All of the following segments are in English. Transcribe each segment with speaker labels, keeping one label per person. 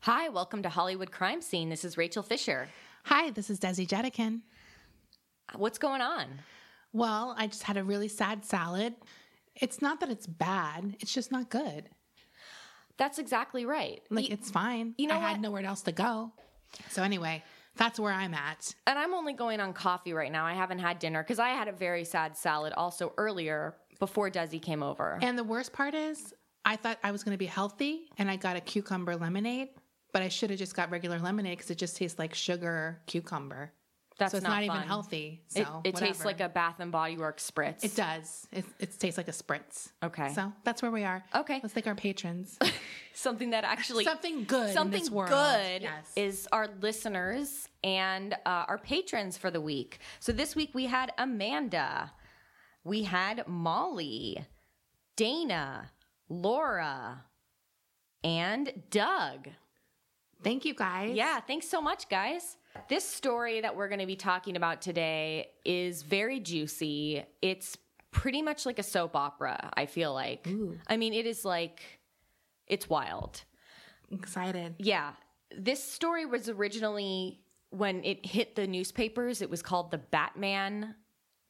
Speaker 1: Hi, welcome to Hollywood Crime Scene. This is Rachel Fisher.
Speaker 2: Hi, this is Desi Jetikin.
Speaker 1: What's going on?
Speaker 2: Well, I just had a really sad salad. It's not that it's bad, it's just not good.
Speaker 1: That's exactly right.
Speaker 2: Like,
Speaker 1: E-
Speaker 2: it's fine.
Speaker 1: you know
Speaker 2: I
Speaker 1: what?
Speaker 2: had nowhere else to go. So, anyway, that's where I'm at.
Speaker 1: and I'm only going on coffee right now. I haven't had dinner because I had a very sad salad also earlier before Desi came over.
Speaker 2: And the worst part is, I thought I was going to be healthy and I got a cucumber lemonade, but I should have just got regular lemonade because it just tastes like sugar cucumber.
Speaker 1: That's
Speaker 2: so, it's
Speaker 1: not
Speaker 2: not,
Speaker 1: fun.
Speaker 2: even healthy. So,
Speaker 1: it it tastes
Speaker 2: whatever.
Speaker 1: like a Bath and Body Works spritz.
Speaker 2: It does. It, it tastes like a spritz.
Speaker 1: Okay.
Speaker 2: So, that's where we are.
Speaker 1: Okay.
Speaker 2: Let's thank our patrons.
Speaker 1: Something that actually
Speaker 2: Something good. in
Speaker 1: something
Speaker 2: this world.
Speaker 1: good
Speaker 2: Yes.
Speaker 1: is our listeners and uh, our patrons for the week. So this week we had Amanda, we had Molly, Dana, Laura, and Doug.
Speaker 2: Thank you guys.
Speaker 1: Yeah, thanks so much, guys. This story that we're going to be talking about today is very juicy. It's pretty much like a soap opera, I feel like. I mean, it is like, it's wild.
Speaker 2: Excited.
Speaker 1: Yeah. This story was originally when it hit the newspapers, it was called the Batman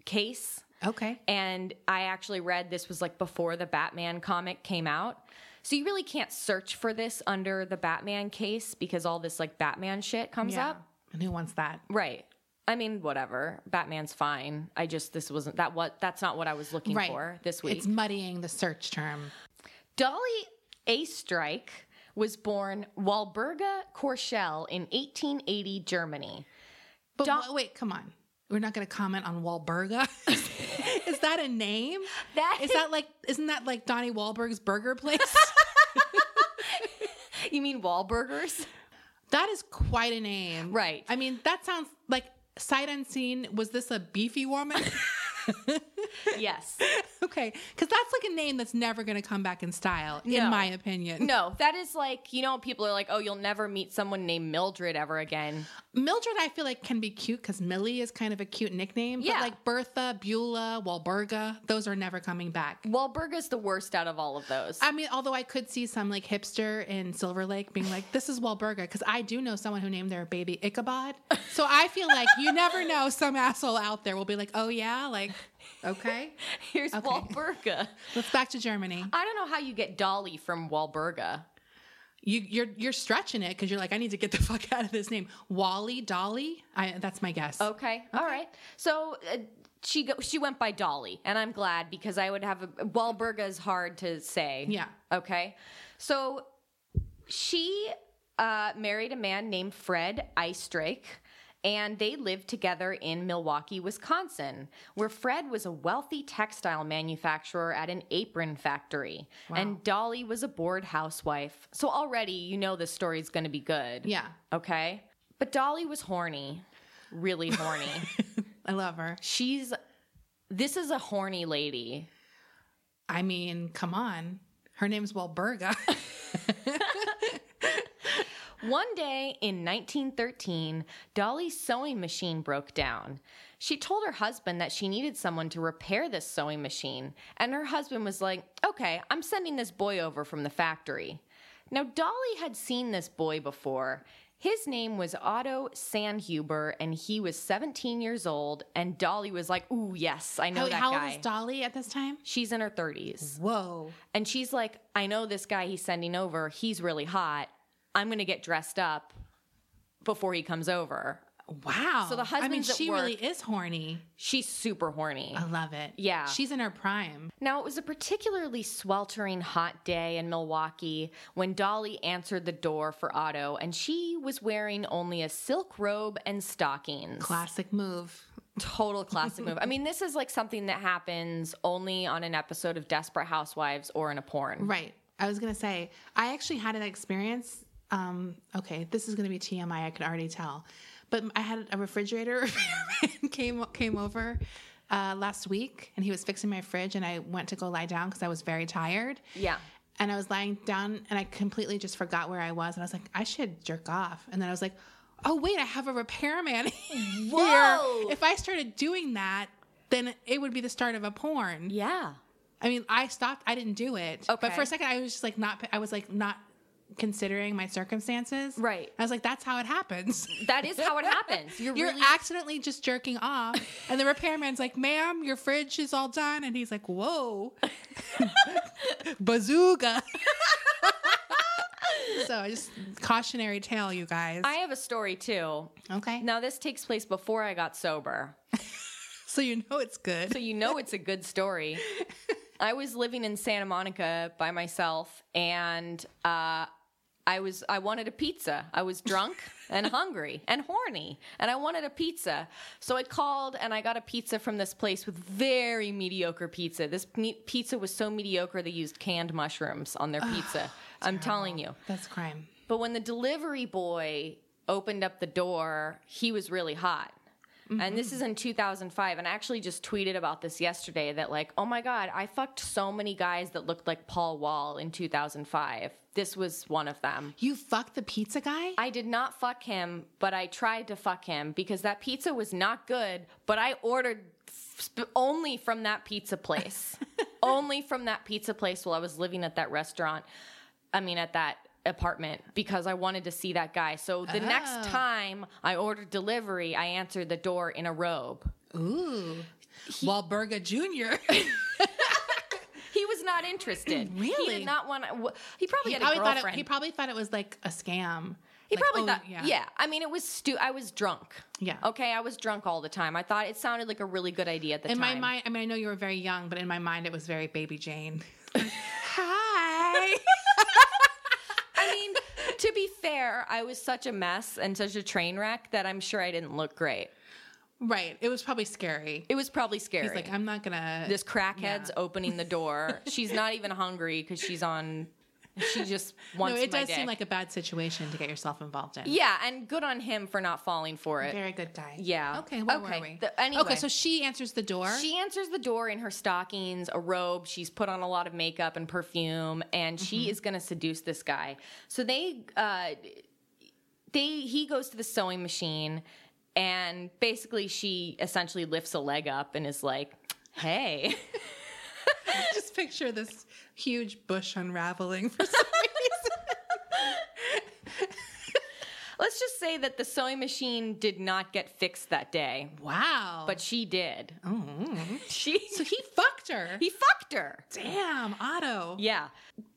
Speaker 1: case.
Speaker 2: Okay.
Speaker 1: And I actually read this was like before the Batman comic came out. So you really can't search for this under the Batman case because all this like Batman shit comes up.
Speaker 2: And who wants that?
Speaker 1: Right. I mean, whatever. Batman's fine. I just this wasn't that what that's not what I was looking for this week.
Speaker 2: It's muddying the search term.
Speaker 1: Dolly A. Strike was born Walburga Korschell in 1880 Germany.
Speaker 2: But wa- wait, come on. We're not going to comment on Wahlburger. is that a name?
Speaker 1: That
Speaker 2: Is that like, isn't that like Donnie Wahlberg's burger place?
Speaker 1: you mean Wahlburgers?
Speaker 2: that is quite a name.
Speaker 1: Right.
Speaker 2: I mean, that sounds like sight unseen. Was this a beefy woman?
Speaker 1: yes.
Speaker 2: okay. Because that's like a name that's never going to come back in style,
Speaker 1: No.
Speaker 2: in my opinion.
Speaker 1: No, that is like you know people are like, oh, you'll never meet someone named Mildred ever again.
Speaker 2: Mildred, I feel like can be cute because Millie is kind of a cute nickname.
Speaker 1: Yeah.
Speaker 2: But like Bertha, Beulah, Walburga, those are never coming back.
Speaker 1: Wahlburga's the worst out of all of those.
Speaker 2: I mean, although I could see some like hipster in Silver Lake being like, this is Walburga, because I do know someone who named their baby Ichabod. So I feel like you never know some asshole out there will be like, oh yeah, like, okay.
Speaker 1: Here's Walburga.
Speaker 2: Let's back to Germany.
Speaker 1: I don't know how you get Dolly from Walburga.
Speaker 2: You, you're you're stretching it because you're like, I need to get the fuck out of this name. Wally, Dolly? I, that's my guess.
Speaker 1: Okay. All right. So uh, she go- she went by Dolly, and I'm glad because I would have a Wahlburga is hard to say.
Speaker 2: Yeah.
Speaker 1: Okay. So she uh, married a man named Fred Eistrake. And they lived together in Milwaukee, Wisconsin, where Fred was a wealthy textile manufacturer at an apron factory. And Dolly was a bored housewife. So already you know this story's gonna be good.
Speaker 2: Yeah.
Speaker 1: Okay. But Dolly was horny, really horny.
Speaker 2: I love her.
Speaker 1: She's this is a horny lady.
Speaker 2: I mean, come on. Her name's Walburga.
Speaker 1: One day in 1913, Dolly's sewing machine broke down. She told her husband that she needed someone to repair this sewing machine, and her husband was like, Okay, I'm sending this boy over from the factory. Now, Dolly had seen this boy before. His name was Otto Sandhuber, and he was 17 years old. And Dolly was like, Ooh, yes, I know
Speaker 2: how
Speaker 1: that
Speaker 2: how
Speaker 1: guy.
Speaker 2: old is Dolly at this time?
Speaker 1: She's in her
Speaker 2: Mm-hmm.
Speaker 1: 30s.
Speaker 2: Whoa.
Speaker 1: And she's like, I know this guy he's sending over. He's really hot. I'm going to get dressed up before he comes over.
Speaker 2: Wow.
Speaker 1: So the
Speaker 2: I mean,
Speaker 1: husband's at
Speaker 2: she
Speaker 1: work.
Speaker 2: really is horny.
Speaker 1: She's super horny.
Speaker 2: I love it.
Speaker 1: Yeah.
Speaker 2: She's in her prime.
Speaker 1: Now, it was a particularly sweltering hot day in Milwaukee when Dolly answered the door for Otto, and she was wearing only a silk robe and stockings.
Speaker 2: Classic move.
Speaker 1: Total classic move. I mean, this is like something that happens only on an episode of Desperate Housewives or in a porn.
Speaker 2: Right. I was going to say, I actually had an experience. Um, okay, this is going to be TMI. I can already tell. But I had a refrigerator repairman came, came over uh, last week and he was fixing my fridge and I went to go lie down because I was very tired.
Speaker 1: Yeah.
Speaker 2: and I was lying down and I completely just forgot where I was and I was like, I should jerk off. And then I was like, oh wait, I have a repairman here.
Speaker 1: Whoa.
Speaker 2: If I started doing that, then it would be the start of a porn.
Speaker 1: Yeah.
Speaker 2: I mean, I stopped. I didn't do it.
Speaker 1: Okay.
Speaker 2: But for a second, I was just like not. I was like not considering my circumstances.
Speaker 1: Right.
Speaker 2: I was like, that's how it happens.
Speaker 1: That is how it happens. You're,
Speaker 2: You're
Speaker 1: really
Speaker 2: accidentally just jerking off, and the repairman's like, "Ma'am, your fridge is all done," and he's like, "Whoa, bazooka!" so I just cautionary tale, you guys.
Speaker 1: I have a story too.
Speaker 2: okay,
Speaker 1: Now this takes place before I got sober.
Speaker 2: so you know it's good.
Speaker 1: So you know it's a good story. I was living in Santa Monica by myself, and uh, I was I wanted a pizza. I was drunk and hungry and horny, and I wanted a pizza. So I called and I got a pizza from this place with very mediocre pizza. This me- pizza was so mediocre they used canned mushrooms on their pizza. I'm telling you.
Speaker 2: That's crime.
Speaker 1: But when the delivery boy opened up the door, he was really hot. And this is in 2005. And I actually just tweeted about this yesterday that, like, oh my God, I fucked so many guys that looked like Paul Wall in 2005. This was one of them.
Speaker 2: You fucked the pizza guy.
Speaker 1: I did not fuck him, but I tried to fuck him because that pizza was not good, but I ordered sp- only from that pizza place. only from that pizza place while I was living at that restaurant. I mean, at that apartment because I wanted to see that guy. So the next
Speaker 2: Oh.
Speaker 1: time I ordered delivery, I answered the door in a robe.
Speaker 2: Ooh, Wahlberga Jr.
Speaker 1: He was not interested. He
Speaker 2: Really?
Speaker 1: did not want to. He probably
Speaker 2: he
Speaker 1: had
Speaker 2: probably
Speaker 1: a
Speaker 2: thought
Speaker 1: girlfriend.
Speaker 2: it, he probably thought it was like a scam.
Speaker 1: He
Speaker 2: Like,
Speaker 1: probably
Speaker 2: oh,
Speaker 1: thought, yeah. I mean, it was stu. I was drunk.
Speaker 2: Yeah.
Speaker 1: Okay, I was drunk all the time. I thought it sounded like a really good idea at the
Speaker 2: In
Speaker 1: time.
Speaker 2: my mind, I mean, I know you were very young, but in my mind, it was very Baby Jane. Hi.
Speaker 1: I mean, to be fair, I was such a mess and such a train wreck that I'm sure I didn't look great.
Speaker 2: right. It was probably scary.
Speaker 1: It was probably scary.
Speaker 2: It's like I'm not gonna.
Speaker 1: this crackhead's opening the door. she's not even hungry because she's on. She just
Speaker 2: no,
Speaker 1: wants.
Speaker 2: it
Speaker 1: my
Speaker 2: does seem
Speaker 1: dick.
Speaker 2: like a bad situation to get yourself involved in.
Speaker 1: Yeah, and good on him for not falling for it.
Speaker 2: Very good guy.
Speaker 1: Yeah.
Speaker 2: Okay. Where
Speaker 1: Okay,
Speaker 2: were we?
Speaker 1: the- anyway.
Speaker 2: Okay. So she answers the door.
Speaker 1: She answers the door in her stockings, a robe. She's put on a lot of makeup and perfume, and she is going to seduce this guy. So they, uh, they, he goes to the sewing machine, and basically she essentially lifts a leg up and is like, "Hey."
Speaker 2: just picture this huge bush unraveling for some reason.
Speaker 1: Let's just say that the sewing machine did not get fixed that day,
Speaker 2: wow.
Speaker 1: but she did. She
Speaker 2: so he fucked her.
Speaker 1: he fucked her.
Speaker 2: Damn, Otto.
Speaker 1: Yeah.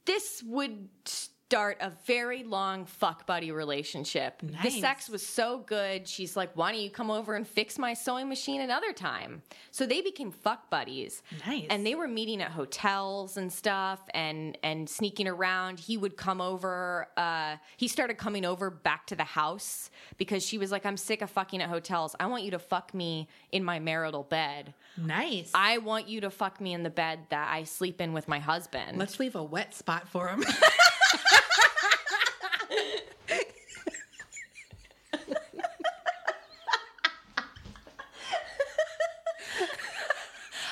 Speaker 1: This would start a very long fuck buddy relationship. The
Speaker 2: Nice.
Speaker 1: sex was so good. She's like, why don't you come over and fix my sewing machine another time? So they became fuck buddies.
Speaker 2: Nice.
Speaker 1: And they were meeting at hotels and stuff and and sneaking around. He would come over. Uh, he started coming over back to the house because she was like, I'm sick of fucking at hotels. I want you to fuck me in my marital bed.
Speaker 2: Nice.
Speaker 1: I want you to fuck me in the bed that I sleep in with my husband.
Speaker 2: Let's leave a wet spot for him.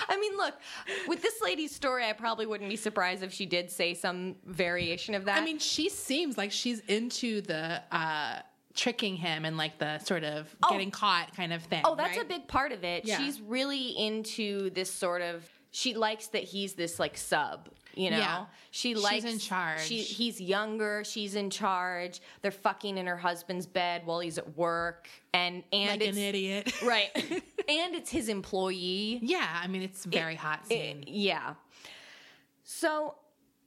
Speaker 1: I mean, look, with this lady's story, I probably wouldn't be surprised if she did say some variation of that.
Speaker 2: I mean, she seems like she's into the uh, tricking him and like the sort of getting caught kind of thing.
Speaker 1: oh, that's
Speaker 2: right?
Speaker 1: a big part of it.
Speaker 2: Yeah.
Speaker 1: She's really into this sort of. She likes that he's this like sub, you know.
Speaker 2: Yeah.
Speaker 1: She
Speaker 2: She's
Speaker 1: likes
Speaker 2: in charge.
Speaker 1: She, he's younger. She's in charge. They're fucking in her husband's bed while he's at work, and and
Speaker 2: like an
Speaker 1: it's
Speaker 2: idiot.
Speaker 1: right, and it's his employee.
Speaker 2: yeah, I mean, it's a very hot scene.
Speaker 1: Yeah. So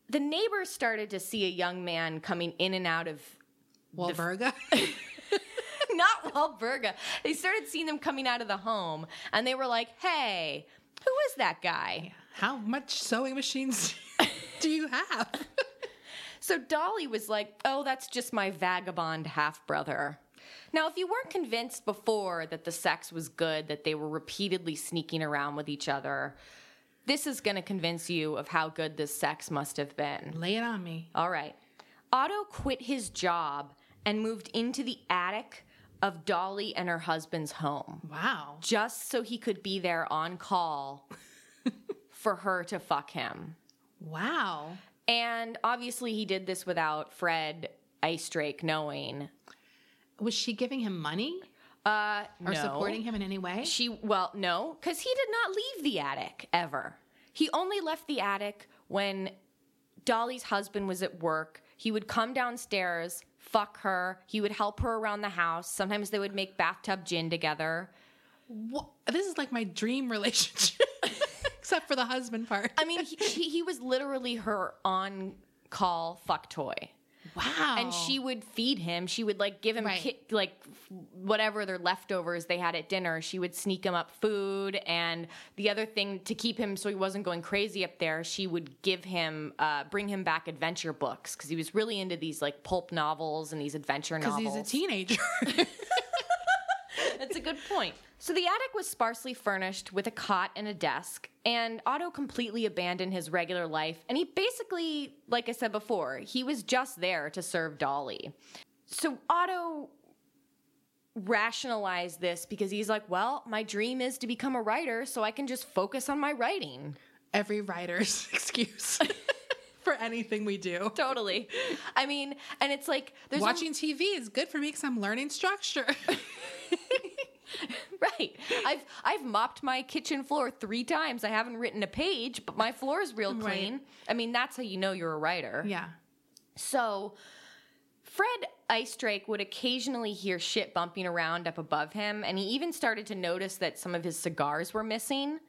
Speaker 1: the neighbors started to see a young man coming in and out of
Speaker 2: Wahlberga.
Speaker 1: not Wahlberga. They started seeing them coming out of the home and they were like, "Hey, who is that guy?"
Speaker 2: How much sewing machines do you have?
Speaker 1: So Dolly was like, "Oh, that's just my vagabond half-brother." Now, if you weren't convinced before that the sex was good, that they were repeatedly sneaking around with each other, this is going to convince you of how good this sex must have been.
Speaker 2: Lay it on me.
Speaker 1: All right. Otto quit his job and moved into the attic of Dolly and her husband's home
Speaker 2: Wow.
Speaker 1: just so he could be there on call for her to fuck him.
Speaker 2: Wow.
Speaker 1: And obviously, he did this without Fred Ice Drake knowing.
Speaker 2: Was she giving him money
Speaker 1: Uh,
Speaker 2: or
Speaker 1: no.
Speaker 2: supporting him in any way?
Speaker 1: She, well, no, because he did not leave the attic ever. He only left the attic when Dolly's husband was at work. He would come downstairs, fuck her. He would help her around the house. Sometimes they would make bathtub gin together.
Speaker 2: Wha- This is like my dream relationship, except for the husband part.
Speaker 1: I mean, he, he, he was literally her on call fuck toy.
Speaker 2: wow.
Speaker 1: And she would feed him. She would like give him
Speaker 2: Right.
Speaker 1: ki- like f- whatever their leftovers they had at dinner. She would sneak him up food. And the other thing to keep him so he wasn't going crazy up there, she would give him, uh, bring him back adventure books because he was really into these like pulp novels and these adventure
Speaker 2: because
Speaker 1: novels.
Speaker 2: he's a teenager.
Speaker 1: That's a good point. So the attic was sparsely furnished with a cot and a desk, and Otto completely abandoned his regular life. And he basically, like I said before, he was just there to serve Dolly. So Otto rationalized this because he's like, well, my dream is to become a writer, so I can just focus on my writing.
Speaker 2: Every writer's excuse for anything we do.
Speaker 1: Totally. I mean, and it's like there's a-
Speaker 2: Watching TV is good for me because I'm learning structure.
Speaker 1: Right. I've I've mopped my kitchen floor three times. I haven't written a page, but my floor is real
Speaker 2: Right.
Speaker 1: clean. I mean, that's how you know you're a writer.
Speaker 2: yeah.
Speaker 1: So Fred Icedrake would occasionally hear shit bumping around up above him, and he even started to notice that some of his cigars were missing.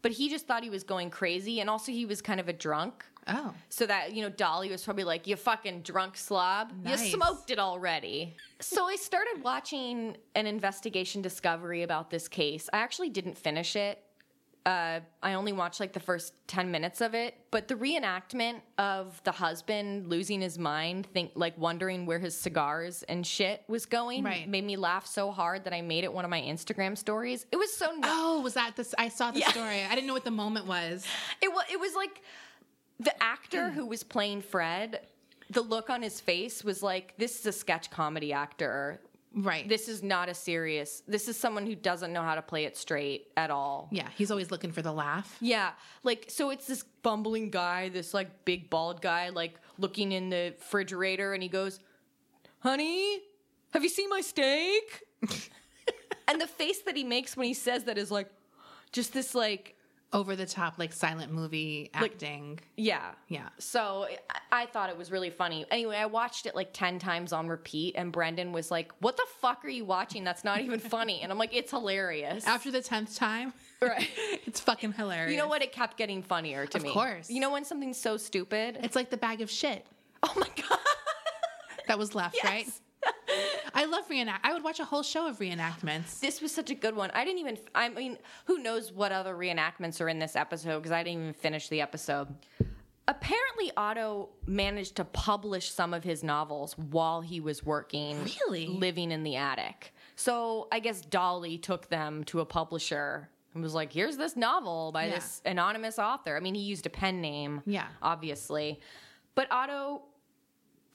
Speaker 1: But he just thought he was going crazy, and also he was kind of a drunk.
Speaker 2: Oh.
Speaker 1: So that, you know, Dolly was probably like, You fucking drunk slob. You
Speaker 2: Nice.
Speaker 1: smoked it already. so I started watching an investigation discovery about this case. I actually didn't finish it. Uh, I only watched like the first 10 minutes of it, but the reenactment of the husband losing his mind, think like wondering where his cigars and shit was going,
Speaker 2: Right.
Speaker 1: made me laugh so hard that I made it one of my Instagram stories. It was so nuts.
Speaker 2: Oh, was that this? I saw the
Speaker 1: Yeah.
Speaker 2: story. I didn't know what the moment was.
Speaker 1: It was it was like the actor who was playing Fred. The look on his face was like, "This is a sketch comedy actor.
Speaker 2: Right.
Speaker 1: This is not a serious. This is someone who doesn't know how to play it straight at all."
Speaker 2: yeah, he's always looking for the laugh.
Speaker 1: Yeah, like so it's this bumbling guy, this like big bald guy, like looking in the refrigerator, and he goes, "Honey, have you seen my steak?" and the face that he makes when he says that is like, just this like
Speaker 2: Over the top, like silent movie acting.
Speaker 1: yeah
Speaker 2: yeah.
Speaker 1: So I- I thought it was really funny. Anyway, I watched it like 10 times on repeat, and Brendan was like, What the fuck are you watching? That's not even funny. And I'm like, It's hilarious.
Speaker 2: After the 10th time,
Speaker 1: Right.
Speaker 2: it's fucking hilarious.
Speaker 1: You know what? It kept getting funnier to
Speaker 2: Of
Speaker 1: me.
Speaker 2: course.
Speaker 1: You know when something's so stupid?
Speaker 2: It's like the bag of shit
Speaker 1: Oh my God.
Speaker 2: that was left,
Speaker 1: Yes.
Speaker 2: right? I love reenact. I would watch a whole show of reenactments.
Speaker 1: This was such a good one. I didn't even, I mean, who knows what other reenactments are in this episode because I didn't even finish the episode. Apparently, Otto managed to publish some of his novels while he was working.
Speaker 2: Really?
Speaker 1: Living in the attic. So I guess Dolly took them to a publisher and was like, here's this novel by
Speaker 2: Yeah.
Speaker 1: this anonymous author. I mean, he used a pen name.
Speaker 2: Yeah.
Speaker 1: Obviously. But Otto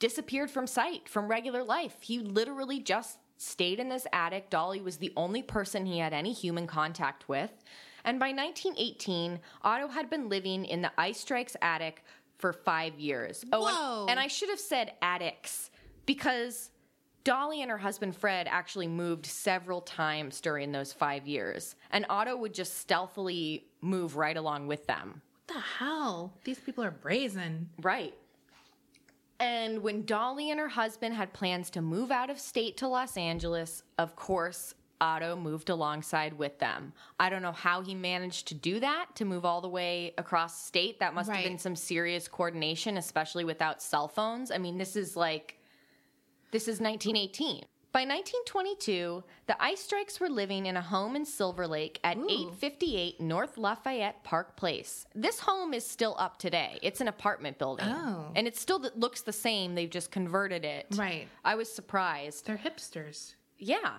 Speaker 1: disappeared from sight, from regular life. He literally just stayed in this attic. Dolly was the only person he had any human contact with. And by 1918, Otto had been living in the Ice Strikes attic for five years. Oh, and-
Speaker 2: Whoa.
Speaker 1: and I should have said attics because Dolly and her husband Fred actually moved several times during those five years. And Otto would just stealthily move right along with them.
Speaker 2: What the hell? These people are brazen.
Speaker 1: Right. And when Dolly and her husband had plans to move out of state to Los Angeles, of course, Otto moved alongside with them. I don't know how he managed to do that, to move all the way across state. That must have
Speaker 2: Right.
Speaker 1: been some serious coordination, especially without cell phones. I mean, this is like this is 1918. By 1922, the Ice Strikes were living in a home in Silver Lake at 858 North Lafayette Park Place. This home is still up today. It's an apartment building.
Speaker 2: Oh.
Speaker 1: And it still th- looks the same. They've just converted it.
Speaker 2: Right.
Speaker 1: I was surprised.
Speaker 2: They're hipsters.
Speaker 1: Yeah.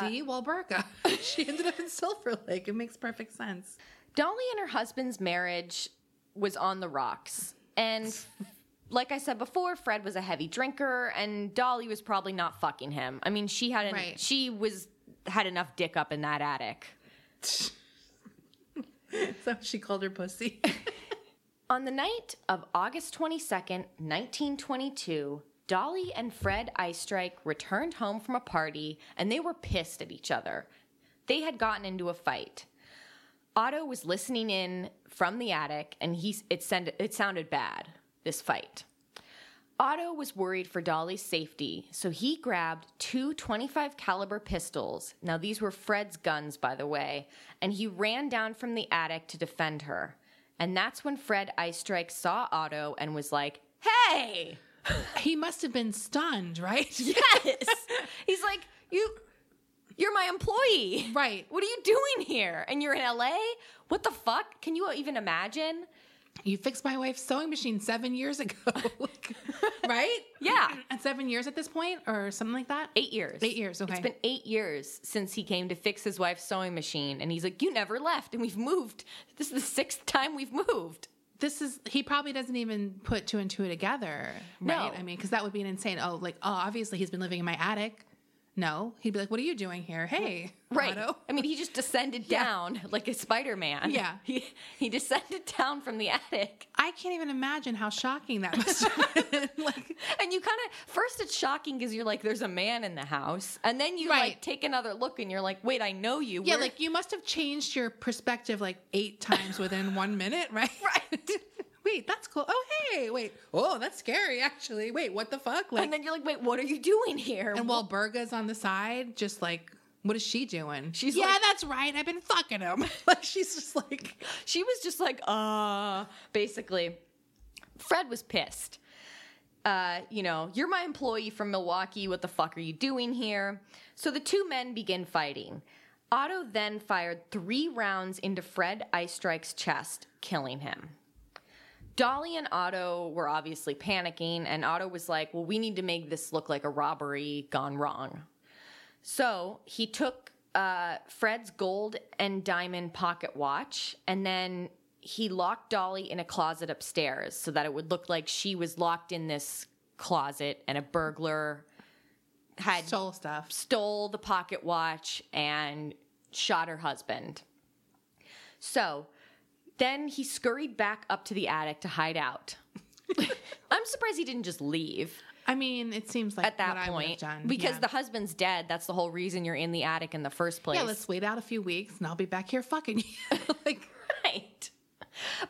Speaker 2: See, Walburga. she ended up in Silver Lake. It makes perfect sense.
Speaker 1: Dolly and her husband's marriage was on the rocks. And like I said before, Fred was a heavy drinker and Dolly was probably not fucking him. I mean, she had an,
Speaker 2: Right.
Speaker 1: she was had enough dick up in that attic.
Speaker 2: So she called her pussy.
Speaker 1: On the night of August 22nd, 1922, Dolly and Fred Istrike returned home from a party and they were pissed at each other. They had gotten into a fight. Otto was listening in from the attic and he it, send, it sounded bad, this fight. Otto was worried for Dolly's safety, so he grabbed two 25 caliber pistols. Now these were Fred's guns by the way, and he ran down from the attic to defend her. And that's when Fred Eyestrike saw Otto and was like, "Hey!"
Speaker 2: He must have been stunned, right?
Speaker 1: Yes. He's like, "You you're my employee."
Speaker 2: Right.
Speaker 1: What are you doing here? And you're in LA? What the fuck? Can you even imagine?
Speaker 2: You fixed my wife's sewing machine seven years ago, right?
Speaker 1: Yeah.
Speaker 2: And seven years at this point, or something like that.
Speaker 1: Eight years.
Speaker 2: Eight years, okay.
Speaker 1: It's been eight years since he came to fix his wife's sewing machine. And he's like, You never left. And we've moved. This is the sixth time we've moved.
Speaker 2: This is he probably doesn't even put two and two together,
Speaker 1: No.
Speaker 2: right? I mean, because that would be an insane. Oh, like oh, obviously he's been living in my attic. No, he'd be like, "What are you doing here? Hey,
Speaker 1: Right.
Speaker 2: Otto."
Speaker 1: I mean, he just descended down like a Spider Man.
Speaker 2: Yeah.
Speaker 1: He, he descended down from the attic.
Speaker 2: I can't even imagine how shocking that must have been. like,
Speaker 1: And you kind of, first it's shocking because you're like, There's a man in the house. And then you
Speaker 2: Right.
Speaker 1: like take another look and you're like, Wait, I know you.
Speaker 2: yeah,
Speaker 1: Where-
Speaker 2: like you must have changed your perspective like eight times within one minute, right?
Speaker 1: Right.
Speaker 2: wait, that's cool. Oh, hey, wait. Oh, that's scary. Actually, wait, what the fuck? Like,
Speaker 1: And then you're like, Wait, what are you doing here?
Speaker 2: And while Berga's on the side, just like, what is she doing?
Speaker 1: She's
Speaker 2: yeah,
Speaker 1: like-
Speaker 2: that's right. I've been fucking him. like she's just like,
Speaker 1: She was just like, uh, basically. Fred was pissed. Uh, you know, you're my employee from Milwaukee. What the fuck are you doing here? So the two men begin fighting. Otto then fired three rounds into Fred Eyestrike's chest, killing him. Dolly and Otto were obviously panicking, and Otto was like, Well, we need to make this look like a robbery gone wrong. So he took uh, Fred's gold and diamond pocket watch, and then he locked Dolly in a closet upstairs so that it would look like she was locked in this closet and a burglar had
Speaker 2: soul stuff.
Speaker 1: stole the pocket watch and shot her husband. So then he scurried back up to the attic to hide out. I'm surprised he didn't just leave
Speaker 2: I mean, it seems like
Speaker 1: at that
Speaker 2: what I would have
Speaker 1: point
Speaker 2: done.
Speaker 1: because
Speaker 2: yeah.
Speaker 1: the husband's dead. That's the whole reason you're in the attic in the first place.
Speaker 2: yeah, let's wait out a few weeks and I'll be back here fucking you. like
Speaker 1: right.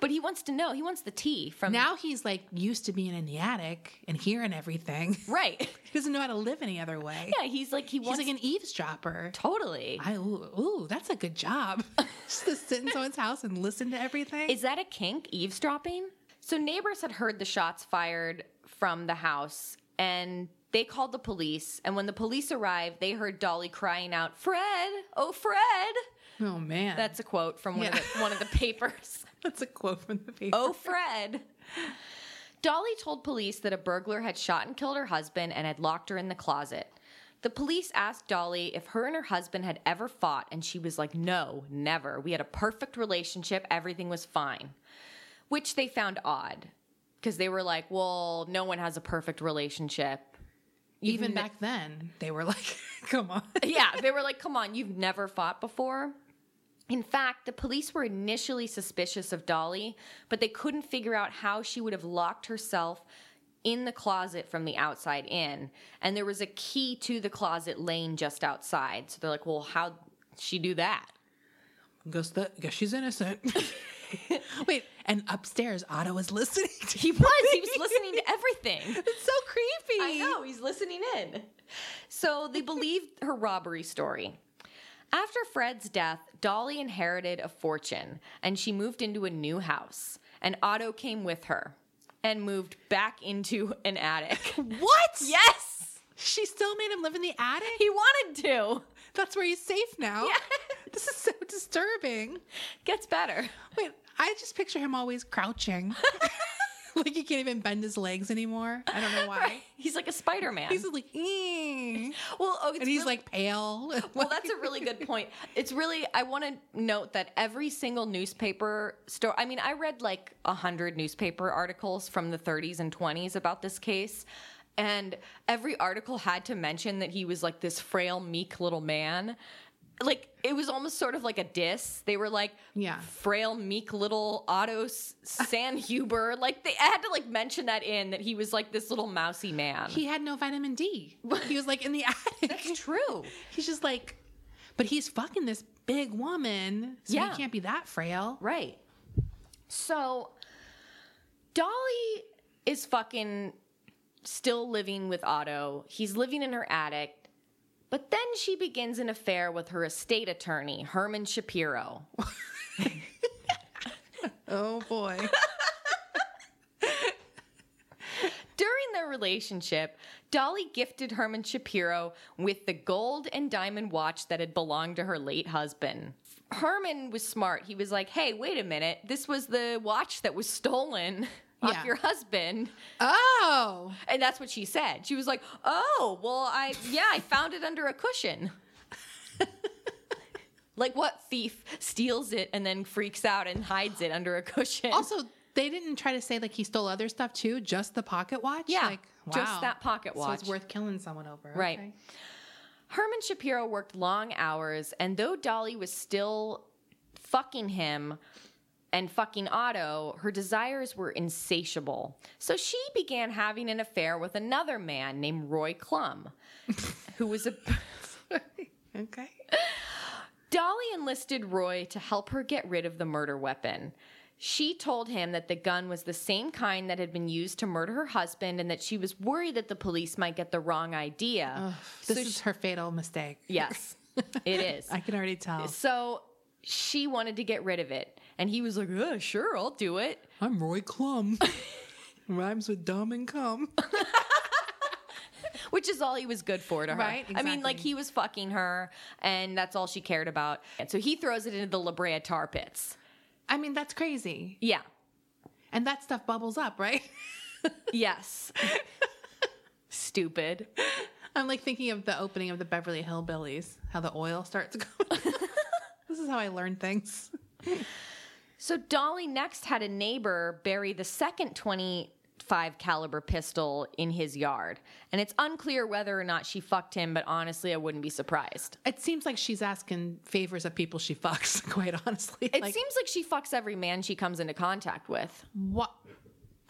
Speaker 1: But he wants to know. He wants the tea from
Speaker 2: now he's like used to being in the attic and hearing everything.
Speaker 1: Right.
Speaker 2: he doesn't know how to live any other way.
Speaker 1: Yeah, he's like he
Speaker 2: he's
Speaker 1: wants
Speaker 2: like an eavesdropper.
Speaker 1: totally.
Speaker 2: I ooh, ooh, that's a good job. just to sit in someone's house and listen to everything.
Speaker 1: Is that a kink, eavesdropping? So neighbors had heard the shots fired from the house and they called the police. And when the police arrived, they heard Dolly crying out, Fred, oh, Fred.
Speaker 2: oh man,
Speaker 1: That's a quote from one, of,
Speaker 2: Yeah.
Speaker 1: the, one of the papers.
Speaker 2: that's a quote from the paper.
Speaker 1: Oh, Fred. Dolly told police that a burglar had shot and killed her husband and had locked her in the closet. The police asked Dolly if her and her husband had ever fought, and she was like, No, never. We had a perfect relationship. Everything was fine. Which they found odd because they were like, Well, no one has a perfect relationship. You've
Speaker 2: even
Speaker 1: ne-
Speaker 2: back then they were like come on
Speaker 1: yeah, they were like, come on, you've never fought before. In fact, the police were initially suspicious of Dolly, but they couldn't figure out how she would have locked herself in the closet from the outside in. And there was a key to the closet laying just outside. So they're like, well, how'd she do that?
Speaker 2: guess that guess she's innocent wait and upstairs otto was listening to
Speaker 1: He was, he was listening to everything.
Speaker 2: it's so creepy
Speaker 1: I know, he's listening in. So they believed her robbery story. After Fred's death, Dolly inherited a fortune and she moved into a new house. And Otto came with her and moved back into an attic.
Speaker 2: what
Speaker 1: yes!
Speaker 2: she still made him live in the attic
Speaker 1: He wanted to.
Speaker 2: that's where he's safe now
Speaker 1: Yeah.
Speaker 2: this is so disturbing
Speaker 1: Gets better.
Speaker 2: wait i just picture him always crouching like he can't even bend his legs anymore i don't know why
Speaker 1: He's like a Spider Man.
Speaker 2: he's just like "Eh."
Speaker 1: Well, oh, it's
Speaker 2: and he's
Speaker 1: really-
Speaker 2: like pale
Speaker 1: Well, that's a really good point. It's really, I want to note that every single newspaper store, I mean, I read like 100 newspaper articles from the 30s and 20s about this case. And every article had to mention that he was like this frail, meek little man. Like, it was almost sort of like a diss. They were like,
Speaker 2: Yeah.
Speaker 1: frail, meek little Otto S- San Huber. Like, they had to like mention that in that he was like this little mousy man.
Speaker 2: he had no vitamin d he was like in the attic
Speaker 1: That's true.
Speaker 2: He's just like, but he's fucking this big woman, so
Speaker 1: Yeah.
Speaker 2: he can't be that frail.
Speaker 1: Right. So Dolly is fucking still living with Otto. He's living in her attic. But then she begins an affair with her estate attorney, Herman Shapiro.
Speaker 2: Oh boy.
Speaker 1: During their relationship, Dolly gifted Herman Shapiro with the gold and diamond watch that had belonged to her late husband. Herman was smart. He was like, hey, wait a minute. This was the watch that was stolen off
Speaker 2: Yeah.
Speaker 1: your husband.
Speaker 2: oh.
Speaker 1: And that's what she said. She was like, "Oh, well, I yeah, I found it under a cushion." like what thief steals it and then freaks out and hides it under a cushion?
Speaker 2: Also, they didn't try to say like he stole other stuff too, just the pocket watch.
Speaker 1: Yeah,
Speaker 2: Like,
Speaker 1: just
Speaker 2: wow.
Speaker 1: that pocket
Speaker 2: So it's
Speaker 1: watch.
Speaker 2: worth killing someone over.
Speaker 1: Right.
Speaker 2: Okay.
Speaker 1: Herman Shapiro worked long hours, and though Dolly was still fucking him and fucking Otto, her desires were insatiable. So she began having an affair with another man named Roy Klum, who was a
Speaker 2: Okay.
Speaker 1: Dolly enlisted Roy to help her get rid of the murder weapon. She told him that the gun was the same kind that had been used to murder her husband and that she was worried that the police might get the wrong idea.
Speaker 2: This
Speaker 1: So
Speaker 2: is
Speaker 1: she-
Speaker 2: her fatal mistake.
Speaker 1: yes, it is.
Speaker 2: I can already tell.
Speaker 1: So she wanted to get rid of it. And he was like, "Uh, sure, I'll do it.
Speaker 2: I'm Roy Klum. Rhymes with dumb and cum.
Speaker 1: Which is all he was good for to her.
Speaker 2: Right,
Speaker 1: I mean, like
Speaker 2: exactly.
Speaker 1: he was fucking her and that's all she cared about. And so he throws it into the La Brea tar pits.
Speaker 2: I mean, that's crazy.
Speaker 1: Yeah.
Speaker 2: And that stuff bubbles up, right?
Speaker 1: Yes. Stupid.
Speaker 2: I'm like thinking of the opening of the Beverly Hillbillies, how the oil starts going. this is how I learn things.
Speaker 1: So Dolly next had a neighbor bury the second 25 caliber pistol in his yard. And it's unclear whether or not she fucked him, but honestly, I wouldn't be surprised.
Speaker 2: It seems like she's asking favors of people she fucks, quite honestly.
Speaker 1: It
Speaker 2: like,
Speaker 1: seems like she fucks every man she comes into contact with.
Speaker 2: what?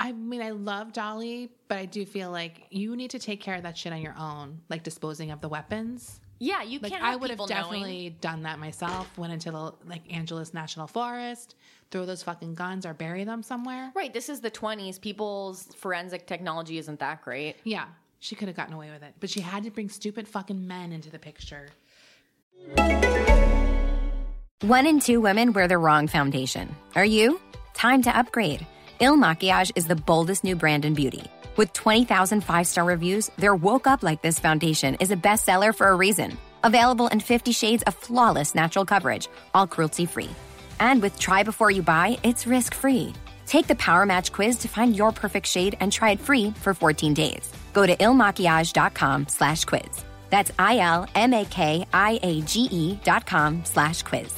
Speaker 2: I mean, I love Dolly, but I do feel like you need to take care of that shit on your own, like disposing of the weapons.
Speaker 1: Yeah, you
Speaker 2: Like
Speaker 1: can't
Speaker 2: I
Speaker 1: have
Speaker 2: would have
Speaker 1: people knowing.
Speaker 2: definitely done that myself. Went into the like Angeles National Forest, throw those fucking guns or bury them somewhere.
Speaker 1: Right, this is the 20s. People's forensic technology isn't that great.
Speaker 2: Yeah, she could have gotten away with it, but she had to bring stupid fucking men into the picture.
Speaker 3: One in two women wear the wrong foundation. Are you? Time to upgrade. Il Makiage is the boldest new brand in beauty. With 20,000 five star reviews, their Woke Up Like This foundation is a bestseller for a reason. Available in 50 shades of flawless natural coverage, all cruelty free. And with Try Before You Buy, it's risk free. Take the Power Match quiz to find your perfect shade and try it free for 14 days. Go to ilmakiage.com slash quiz. That's I L M A K I A G E dot com slash quiz.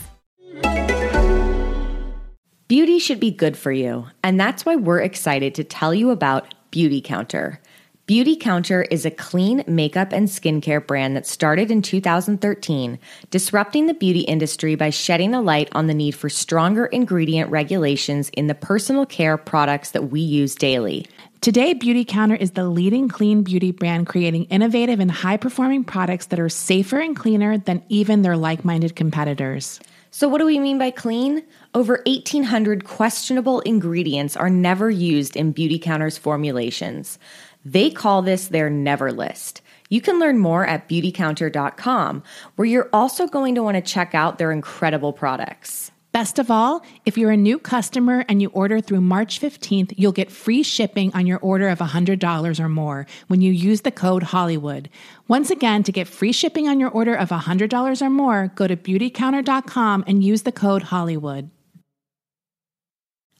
Speaker 1: Beauty should be good for you, and that's why we're excited to tell you about Beauty Counter. Beauty Counter is a clean makeup and skincare brand that started in 2013, disrupting the beauty industry by shedding a light on the need for stronger ingredient regulations in the personal care products that we use daily.
Speaker 2: Today, Beauty Counter is the leading clean beauty brand creating innovative and high performing products that are safer and cleaner than even their like minded competitors.
Speaker 1: So, what do we mean by clean? Over 1,800 questionable ingredients are never used in Beauty Counter's formulations. They call this their never list. You can learn more at beautycounter.com, where you're also going to want to check out their incredible products.
Speaker 2: Best of all, if you're a new customer and you order through March 15th, you'll get free shipping on your order of $100 or more when you use the code Hollywood. Once again, to get free shipping on your order of $100 or more, go to beautycounter.com and use the code Hollywood.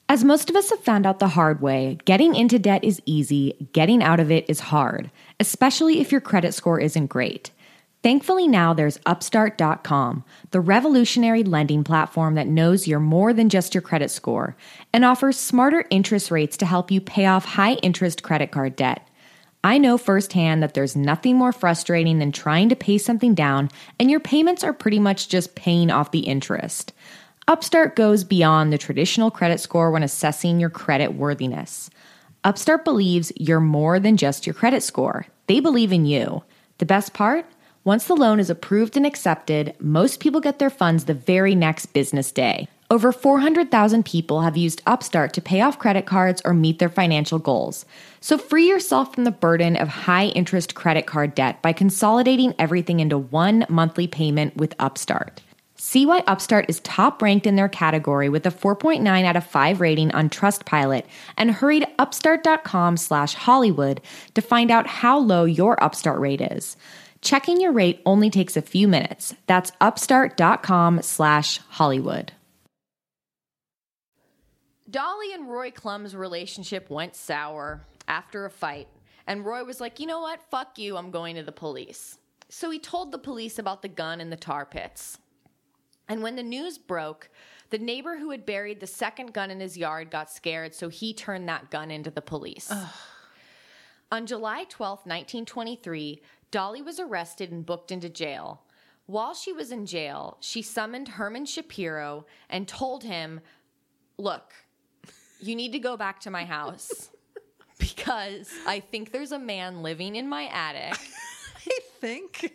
Speaker 1: As most of us have found out the hard way, getting into debt is easy, getting out of it is hard, especially if your credit score isn't great. Thankfully, now there's Upstart.com, the revolutionary lending platform that knows you're more than just your credit score and offers smarter interest rates to help you pay off high interest credit card debt. I know firsthand that there's nothing more frustrating than trying to pay something down and your payments are pretty much just paying off the interest. Upstart goes beyond the traditional credit score when assessing your credit worthiness. Upstart believes you're more than just your credit score, they believe in you. The best part? Once the loan is approved and accepted, most people get their funds the very next business day. Over 400,000 people have used Upstart to pay off credit cards or meet their financial goals. So free yourself from the burden of high interest credit card debt by consolidating everything into one monthly payment with Upstart. See why Upstart is top ranked in their category with a 4.9 out of 5 rating on Trustpilot and hurry to upstart.com slash Hollywood to find out how low your Upstart rate is. Checking your rate only takes a few minutes. That's upstart.com slash Hollywood. Dolly and Roy Klum's relationship went sour after a fight, and Roy was like, you know what? Fuck you, I'm going to the police. So he told the police about the gun in the tar pits. And when the news broke, the neighbor who had buried the second gun in his yard got scared, so he turned that gun into the police. On July twelfth, 1923, Dolly was arrested and booked into jail. While she was in jail, she summoned Herman Shapiro and told him, Look, you need to go back to my house because I think there's a man living in my attic
Speaker 2: I think.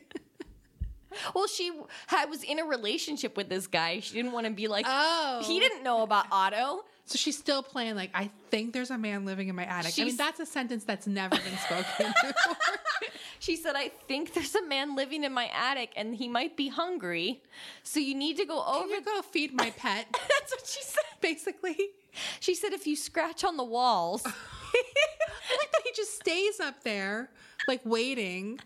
Speaker 1: well, she had, was in a relationship with this guy. She didn't want to be like,
Speaker 2: Oh.
Speaker 1: he didn't know about Otto.
Speaker 2: So she's still playing like I think there's a man living in my attic. I
Speaker 1: She's-
Speaker 2: mean, that's a sentence that's never been spoken. before.
Speaker 1: She said, I think there's a man living in my attic and he might be hungry. So you need to go over.
Speaker 2: I'm gonna go feed my pet.
Speaker 1: That's what she said.
Speaker 2: Basically,
Speaker 1: She said, if you scratch on the walls.
Speaker 2: he just stays up there, like waiting.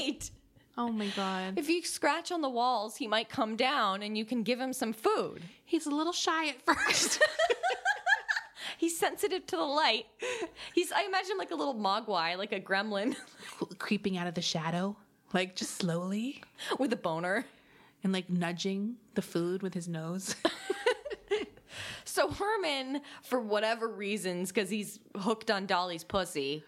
Speaker 1: right.
Speaker 2: Oh my god,
Speaker 1: If you scratch on the walls, he might come down and you can give him some food.
Speaker 2: he's a little shy at first.
Speaker 1: He's sensitive to the light. He's, I imagine, him like a little mogwai, like a gremlin
Speaker 2: Creeping out of the shadow, like just slowly,
Speaker 1: with a boner.
Speaker 2: and like nudging the food with his nose.
Speaker 1: So Herman, for whatever reasons, because he's hooked on Dolly's pussy,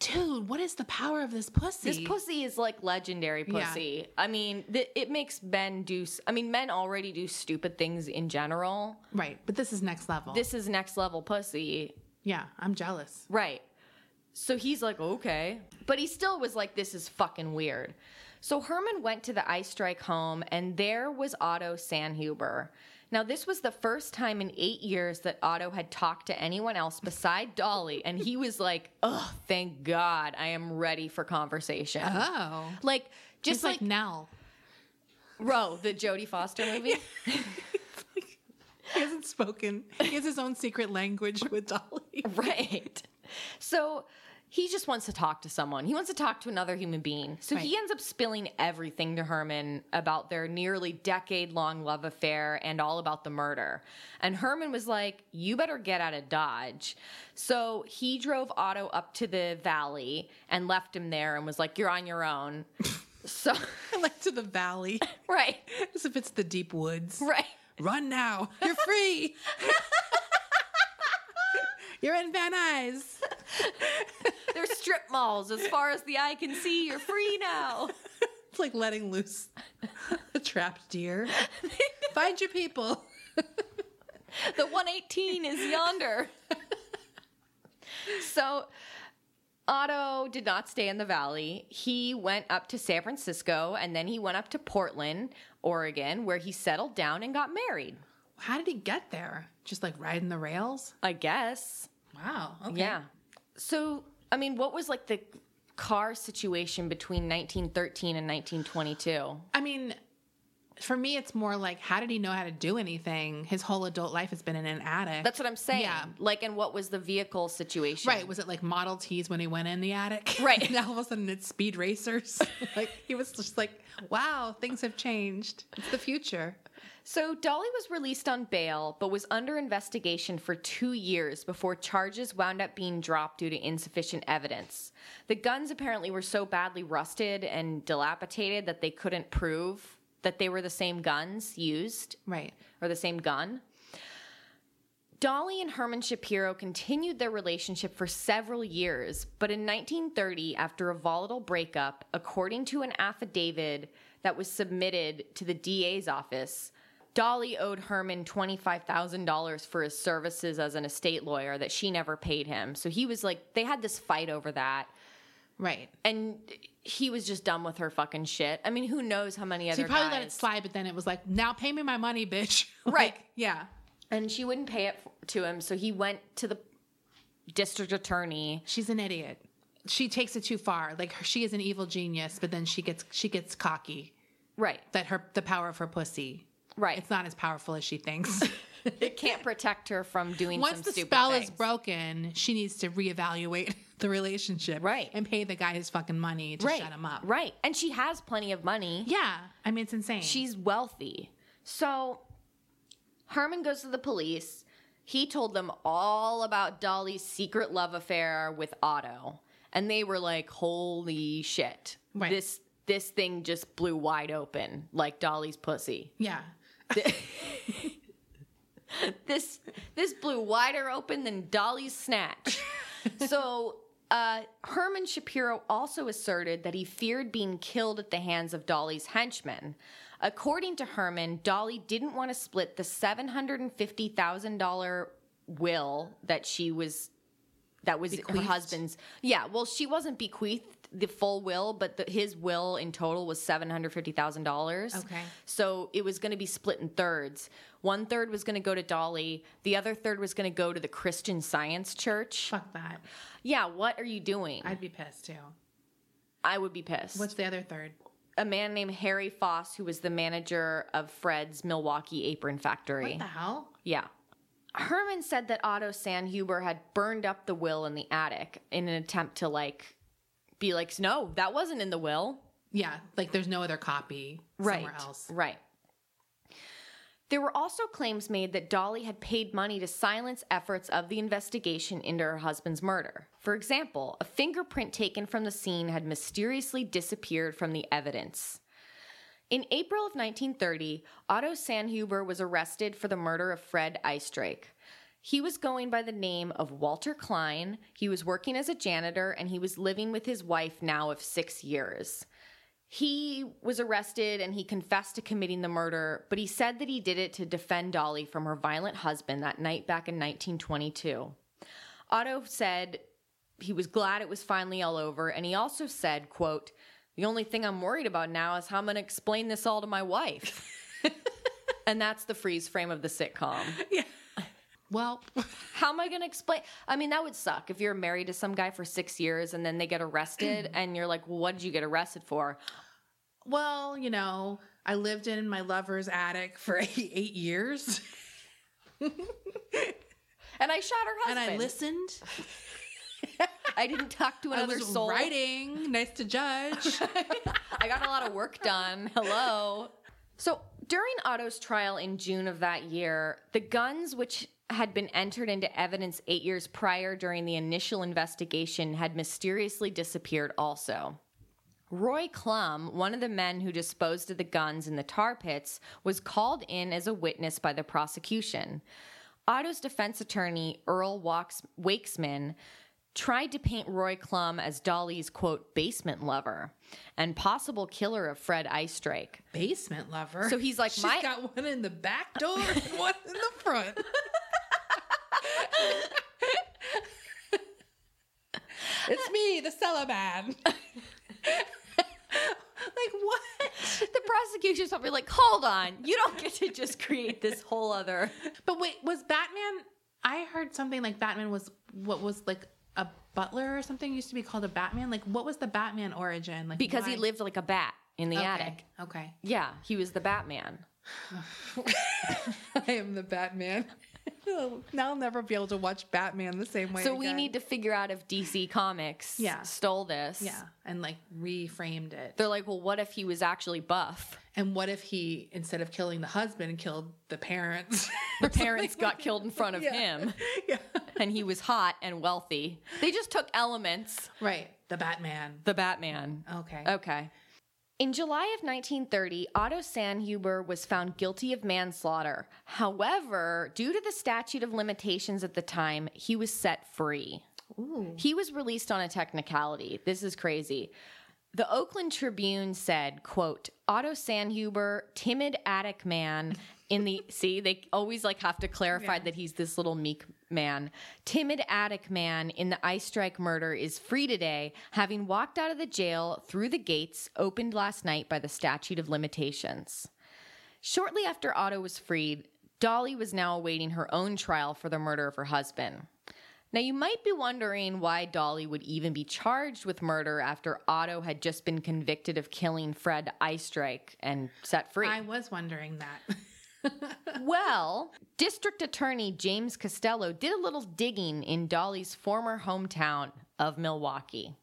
Speaker 2: Dude, what is the power of this pussy?
Speaker 1: This pussy is like legendary
Speaker 2: Yeah.
Speaker 1: pussy. I mean, th- it makes men do. s- I mean, men already do stupid things in general.
Speaker 2: right? But this is next level.
Speaker 1: This is next level pussy,
Speaker 2: yeah, I'm jealous.
Speaker 1: right? So he's like, okay, but he still was like, this is fucking weird. So Herman went to the Ice Strike home, and there was Otto Sanhuber. Now, this was the first time in eight years that Otto had talked to anyone else beside Dolly, and he was like, oh, thank God, I am ready for conversation.
Speaker 2: Oh,
Speaker 1: Like, just
Speaker 2: just
Speaker 1: like
Speaker 2: like, Nell.
Speaker 1: Row, the Jodie Foster movie.
Speaker 2: He hasn't spoken. He has his own secret language with Dolly.
Speaker 1: right. So he just wants to talk to someone. He wants to talk to another human being. So he
Speaker 2: Right.
Speaker 1: ends up spilling everything to Herman about their nearly decade long love affair and all about the murder. And Herman was like, You better get out of Dodge. So he drove Otto up to the valley and left him there and was like, You're on your own. so,
Speaker 2: like to the valley,
Speaker 1: right,
Speaker 2: as if it's the deep woods.
Speaker 1: right.
Speaker 2: Run now. You're free. You're in Van Nuys.
Speaker 1: They're strip malls. As far as the eye can see, you're free now.
Speaker 2: It's like letting loose a trapped deer. Find your people.
Speaker 1: The 118 is yonder. so Otto did not stay in the valley. He went up to San Francisco and then he went up to Portland, Oregon, where he settled down and got married.
Speaker 2: How did he get there? Just like riding the rails?
Speaker 1: I guess.
Speaker 2: Wow. Okay.
Speaker 1: Yeah. So, I mean, what was like the car situation between 1913 and 1922?
Speaker 2: I mean, for me, it's more like how did he know how to do anything? His whole adult life has been in an attic.
Speaker 1: That's what I'm saying.
Speaker 2: Yeah.
Speaker 1: Like, and what was the vehicle situation?
Speaker 2: Right. Was it like Model T's when he went in the attic?
Speaker 1: Right.
Speaker 2: now all of a sudden it's speed racers. like he was just like, wow, things have changed. It's the future.
Speaker 1: So Dolly was released on bail, but was under investigation for two years before charges wound up being dropped due to insufficient evidence. The guns apparently were so badly rusted and dilapidated that they couldn't prove that they were the same guns used
Speaker 2: Right.
Speaker 1: or the same gun. Dolly and Herman Shapiro continued their relationship for several years, but in 1930, after a volatile breakup, according to an affidavit that was submitted to the DA's office, Dolly owed Herman $25,000 for his services as an estate lawyer that she never paid him. So he was like, they had this fight over that,
Speaker 2: Right.
Speaker 1: and he was just done with her fucking shit. I mean, who knows how many other
Speaker 2: So he probably
Speaker 1: guys.
Speaker 2: let it slide, but then it was like, now pay me my money, bitch. Like,
Speaker 1: Right.
Speaker 2: yeah.
Speaker 1: and she wouldn't pay it f- to him. So he went to the district attorney.
Speaker 2: She's an idiot. She takes it too far. Like her, she is an evil genius, but then she gets she gets cocky
Speaker 1: Right,
Speaker 2: that her the power of her pussy.
Speaker 1: right.
Speaker 2: It's not as powerful as she thinks.
Speaker 1: it can't protect her from doing
Speaker 2: Once
Speaker 1: some
Speaker 2: the
Speaker 1: stupid
Speaker 2: spell
Speaker 1: things.
Speaker 2: is broken, she needs to reevaluate the relationship,
Speaker 1: Right.
Speaker 2: and pay the guy his fucking money to
Speaker 1: right.
Speaker 2: shut him up,
Speaker 1: Right, and she has plenty of money.
Speaker 2: Yeah, I mean it's insane.
Speaker 1: She's wealthy. So Herman goes to the police. He told them all about Dolly's secret love affair with Otto. And they were like, holy shit.
Speaker 2: Right.
Speaker 1: This this thing just blew wide open, like Dolly's pussy.
Speaker 2: yeah,
Speaker 1: This this blew wider open than Dolly's snatch. so uh, Herman Shapiro also asserted that he feared being killed at the hands of Dolly's henchmen. According to Herman, Dolly didn't want to split the seven hundred and fifty thousand dollar will that she was that was her husband's. Yeah, well, she wasn't bequeathed the full will, but the, his will in total was seven hundred fifty thousand dollars.
Speaker 2: Okay.
Speaker 1: so it was going to be split in thirds. One third was going to go to Dolly. The other third was going to go to the Christian Science Church.
Speaker 2: fuck that.
Speaker 1: Yeah, what are you doing? I,
Speaker 2: I'd be pissed too.
Speaker 1: would be pissed.
Speaker 2: What's the other third?
Speaker 1: a man named Harry Foss, who was the manager of Fred's Milwaukee Apron Factory.
Speaker 2: What the hell?
Speaker 1: Yeah. Herman said that Otto Sanhuber had burned up the will in the attic in an attempt to like be like, no, that wasn't in the will.
Speaker 2: Yeah, like there's no other copy somewhere else.
Speaker 1: Right. There were also claims made that Dolly had paid money to silence efforts of the investigation into her husband's murder. For example, a fingerprint taken from the scene had mysteriously disappeared from the evidence. In April of 1930, Otto Sanhuber was arrested for the murder of Fred Eistrake. He was going by the name of Walter Klein. He was working as a janitor and he was living with his wife now of six years. He was arrested and he confessed to committing the murder, but he said that he did it to defend Dolly from her violent husband that night back in 1922. Otto said he was glad it was finally all over, and he also said, quote, the only thing I'm worried about now is how I'm going to explain this all to my wife. and that's the freeze frame of the sitcom.
Speaker 2: Well,
Speaker 1: How am I going to explain? I mean, that would suck if you're married to some guy for six years and then they get arrested and you're like, well, what did you get arrested for?
Speaker 2: well, you know, I lived in my lover's attic for eight, eight years,
Speaker 1: And I shot her
Speaker 2: and
Speaker 1: husband.
Speaker 2: I listened.
Speaker 1: I didn't talk to
Speaker 2: I
Speaker 1: another
Speaker 2: was
Speaker 1: soul.
Speaker 2: writing. Nice to judge.
Speaker 1: I got a lot of work done. Hello. So during Otto's trial in June of that year, the guns which had been entered into evidence eight years prior during the initial investigation had mysteriously disappeared also. Roy Klum, one of the men who disposed of the guns in the tar pits, was called in as a witness by the prosecution. Otto's defense attorney, Earl Waks- Wakesman, tried to paint Roy Klum as Dolly's, quote, basement lover and possible killer of Fred Eistrake.
Speaker 2: Basement lover.
Speaker 1: So he's like,
Speaker 2: She's
Speaker 1: my-
Speaker 2: got one in the back door, and one in the front. it's me, the cellar man. like what?
Speaker 1: The prosecution's probably like, hold on, you don't get to just create this whole other.
Speaker 2: But wait, was Batman? I heard something like Batman was what was like a butler or something used to be called a Batman. Like what was the Batman origin? Like
Speaker 1: Because
Speaker 2: why-
Speaker 1: he lived like a bat in the
Speaker 2: okay.
Speaker 1: attic.
Speaker 2: Okay,
Speaker 1: Yeah, he was the Batman.
Speaker 2: I am the Batman. now I'll never be able to watch Batman the same way.
Speaker 1: So we need to figure out if DC Comics
Speaker 2: Yeah.
Speaker 1: stole this.
Speaker 2: yeah, and like reframed it.
Speaker 1: They're like, well, what if he was actually buff?
Speaker 2: And what if he, instead of killing the husband, killed the parents?
Speaker 1: The parents got killed in front of
Speaker 2: Yeah.
Speaker 1: him,
Speaker 2: yeah.
Speaker 1: and he was hot and wealthy. They just took elements.
Speaker 2: Right. Oh, The Batman.
Speaker 1: The Batman.
Speaker 2: Okay.
Speaker 1: Okay. In July of 1930, Otto Sanhuber was found guilty of manslaughter. However, due to the statute of limitations at the time, he was set free. He was released on a technicality. This is crazy. The Oakland Tribune said, quote, Otto Sanhuber, timid attic man in the see, they always like have to clarify that he's this little meek man. Timid attic man in the ice strike murder is free today, having walked out of the jail through the gates opened last night by the statute of limitations. Shortly after Otto was freed, Dolly was now awaiting her own trial for the murder of her husband. Now, you might be wondering why Dolly would even be charged with murder after Otto had just been convicted of killing Fred Eistreich and set free.
Speaker 2: I was wondering that.
Speaker 1: Well, District Attorney James Costello did a little digging in Dolly's former hometown of Milwaukee.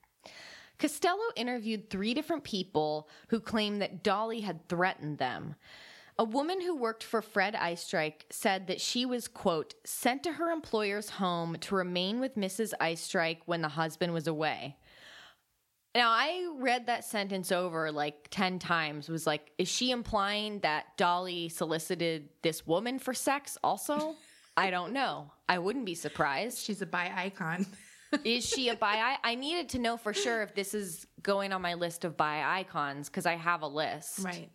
Speaker 1: Costello interviewed three different people who claimed that Dolly had threatened them. A woman who worked for Fred Eistreich said that she was, quote, sent to her employer's home to remain with Mrs. Eistreich when the husband was away. Now, I read that sentence over like 10 times. Was like, is she implying that Dolly solicited this woman for sex also? I don't know. I wouldn't be surprised.
Speaker 2: She's a bi icon.
Speaker 1: Is she a bi? I, I needed to know for sure if this is going on my list of bi icons because I have a list.
Speaker 2: right.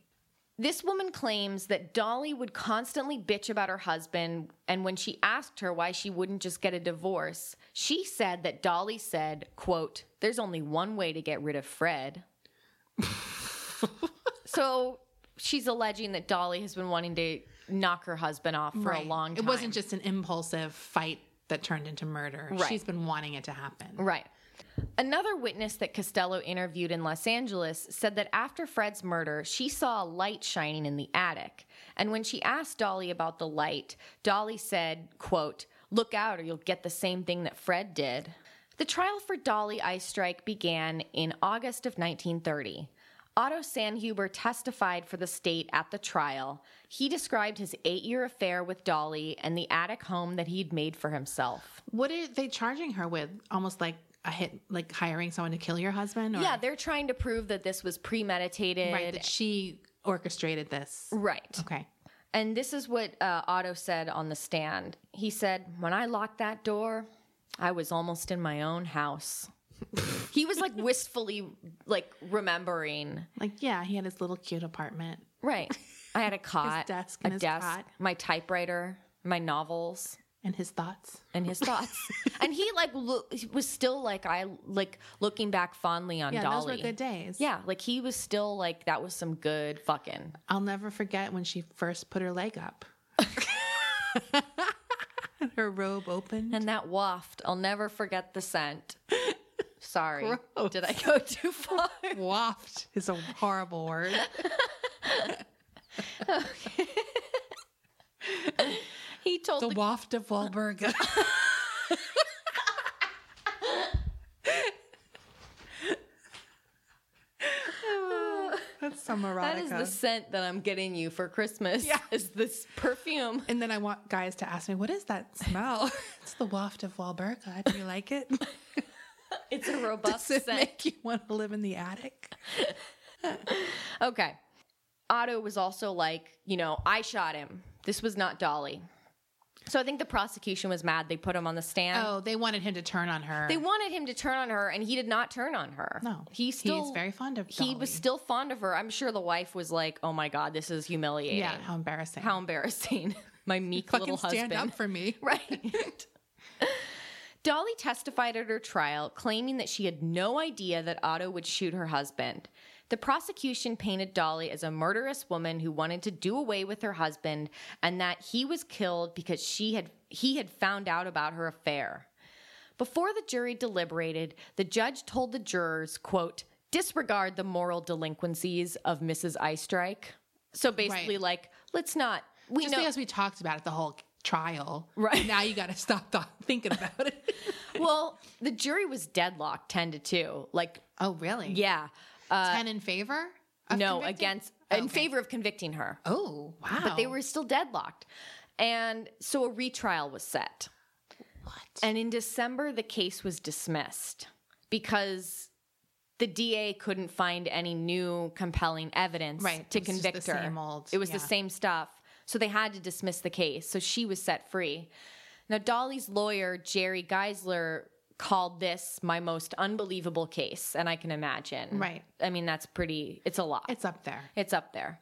Speaker 1: This woman claims that Dolly would constantly bitch about her husband, and when she asked her why she wouldn't just get a divorce, she said that Dolly said, quote, there's only one way to get rid of Fred. so she's alleging that Dolly has been wanting to knock her husband off for a long time.
Speaker 2: It wasn't just an impulsive fight that turned into murder.
Speaker 1: Right.
Speaker 2: She's been wanting it to happen.
Speaker 1: Right. Another witness that Costello interviewed in Los Angeles said that after Fred's murder, she saw a light shining in the attic. And when she asked Dolly about the light, Dolly said, quote, Look out or you'll get the same thing that Fred did. The trial for Dolly Ice Strike began in August of 1930. Otto Sanhuber testified for the state at the trial. He described his eight year affair with Dolly and the attic home that he'd made for himself.
Speaker 2: What are they charging her with? Almost like a hit, like hiring someone to kill your husband? Or,
Speaker 1: Yeah, they're trying to prove that this was premeditated.
Speaker 2: Right. That she orchestrated this.
Speaker 1: Right.
Speaker 2: Okay.
Speaker 1: And this is what uh, Otto said on the stand. He said, When I locked that door, I was almost in my own house. he was like wistfully like remembering.
Speaker 2: Like, yeah, he had his little cute apartment.
Speaker 1: Right. I had a cot,
Speaker 2: desk
Speaker 1: a
Speaker 2: and his
Speaker 1: desk,
Speaker 2: cot.
Speaker 1: my typewriter, my novels.
Speaker 2: And his thoughts.
Speaker 1: And his thoughts, and he like lo- was still like I like looking back fondly on
Speaker 2: Yeah,
Speaker 1: Dolly.
Speaker 2: those were good days.
Speaker 1: Yeah, like he was still like that was some good fucking.
Speaker 2: I'll never forget when she first put her leg up. her robe open.
Speaker 1: And that waft, I'll never forget the scent. Sorry. Did I go too far?
Speaker 2: Waft is a horrible word.
Speaker 1: He told
Speaker 2: The
Speaker 1: the,
Speaker 2: waft of Wahlberg. That's some erotica.
Speaker 1: that is the scent that I'm getting you for Christmas.
Speaker 2: Yeah.
Speaker 1: Is this perfume?
Speaker 2: and then I want guys to ask me, what is that smell? it's the waft of Walburga. Do you like it?
Speaker 1: It's a robust
Speaker 2: Does it
Speaker 1: scent.
Speaker 2: make you want to live in the attic?
Speaker 1: Okay. Otto was also like, you know, I shot him. This was not Dolly. So I think the prosecution was mad they put him on the stand.
Speaker 2: Oh, they wanted him to turn on her.
Speaker 1: They wanted him to turn on her, and he did not turn on her.
Speaker 2: No.
Speaker 1: he
Speaker 2: He's
Speaker 1: still
Speaker 2: very fond of
Speaker 1: He
Speaker 2: Dolly.
Speaker 1: was still fond of her. I'm sure the wife was like, "Oh my god, this is humiliating.
Speaker 2: yeah, how embarrassing.
Speaker 1: How embarrassing, my meek
Speaker 2: fucking
Speaker 1: little husband."
Speaker 2: stand up for me.
Speaker 1: right. Dolly testified at her trial, claiming that she had no idea that Otto would shoot her husband. The prosecution painted Dolly as a murderous woman who wanted to do away with her husband and that he was killed because she had he had found out about her affair. Before the jury deliberated, the judge told the jurors, quote, disregard the moral delinquencies of Mrs. Eistreich. So basically
Speaker 2: Right.
Speaker 1: like, let's not we
Speaker 2: Just
Speaker 1: know
Speaker 2: because we talked about it the whole trial.
Speaker 1: Right.
Speaker 2: Now you got to stop th- thinking about it.
Speaker 1: Well, the jury was deadlocked 10 to 2. Like,
Speaker 2: oh, really?
Speaker 1: yeah. Uh,
Speaker 2: 10 in favor? of
Speaker 1: no,
Speaker 2: convicting?
Speaker 1: against, in favor of convicting her.
Speaker 2: Oh, wow.
Speaker 1: But they were still deadlocked. And so a retrial was set.
Speaker 2: What?
Speaker 1: And in December, the case was dismissed because the DA couldn't find any new compelling evidence
Speaker 2: Right.
Speaker 1: to
Speaker 2: It was just
Speaker 1: convict
Speaker 2: the
Speaker 1: her.
Speaker 2: same old-
Speaker 1: it was the
Speaker 2: yeah.
Speaker 1: same stuff. So they had to dismiss the case. So she was set free. Now, Dolly's lawyer, Jerry Geisler, called this my most unbelievable case. And I can imagine.
Speaker 2: Right.
Speaker 1: I mean, that's pretty, it's a lot.
Speaker 2: It's up there.
Speaker 1: It's up there.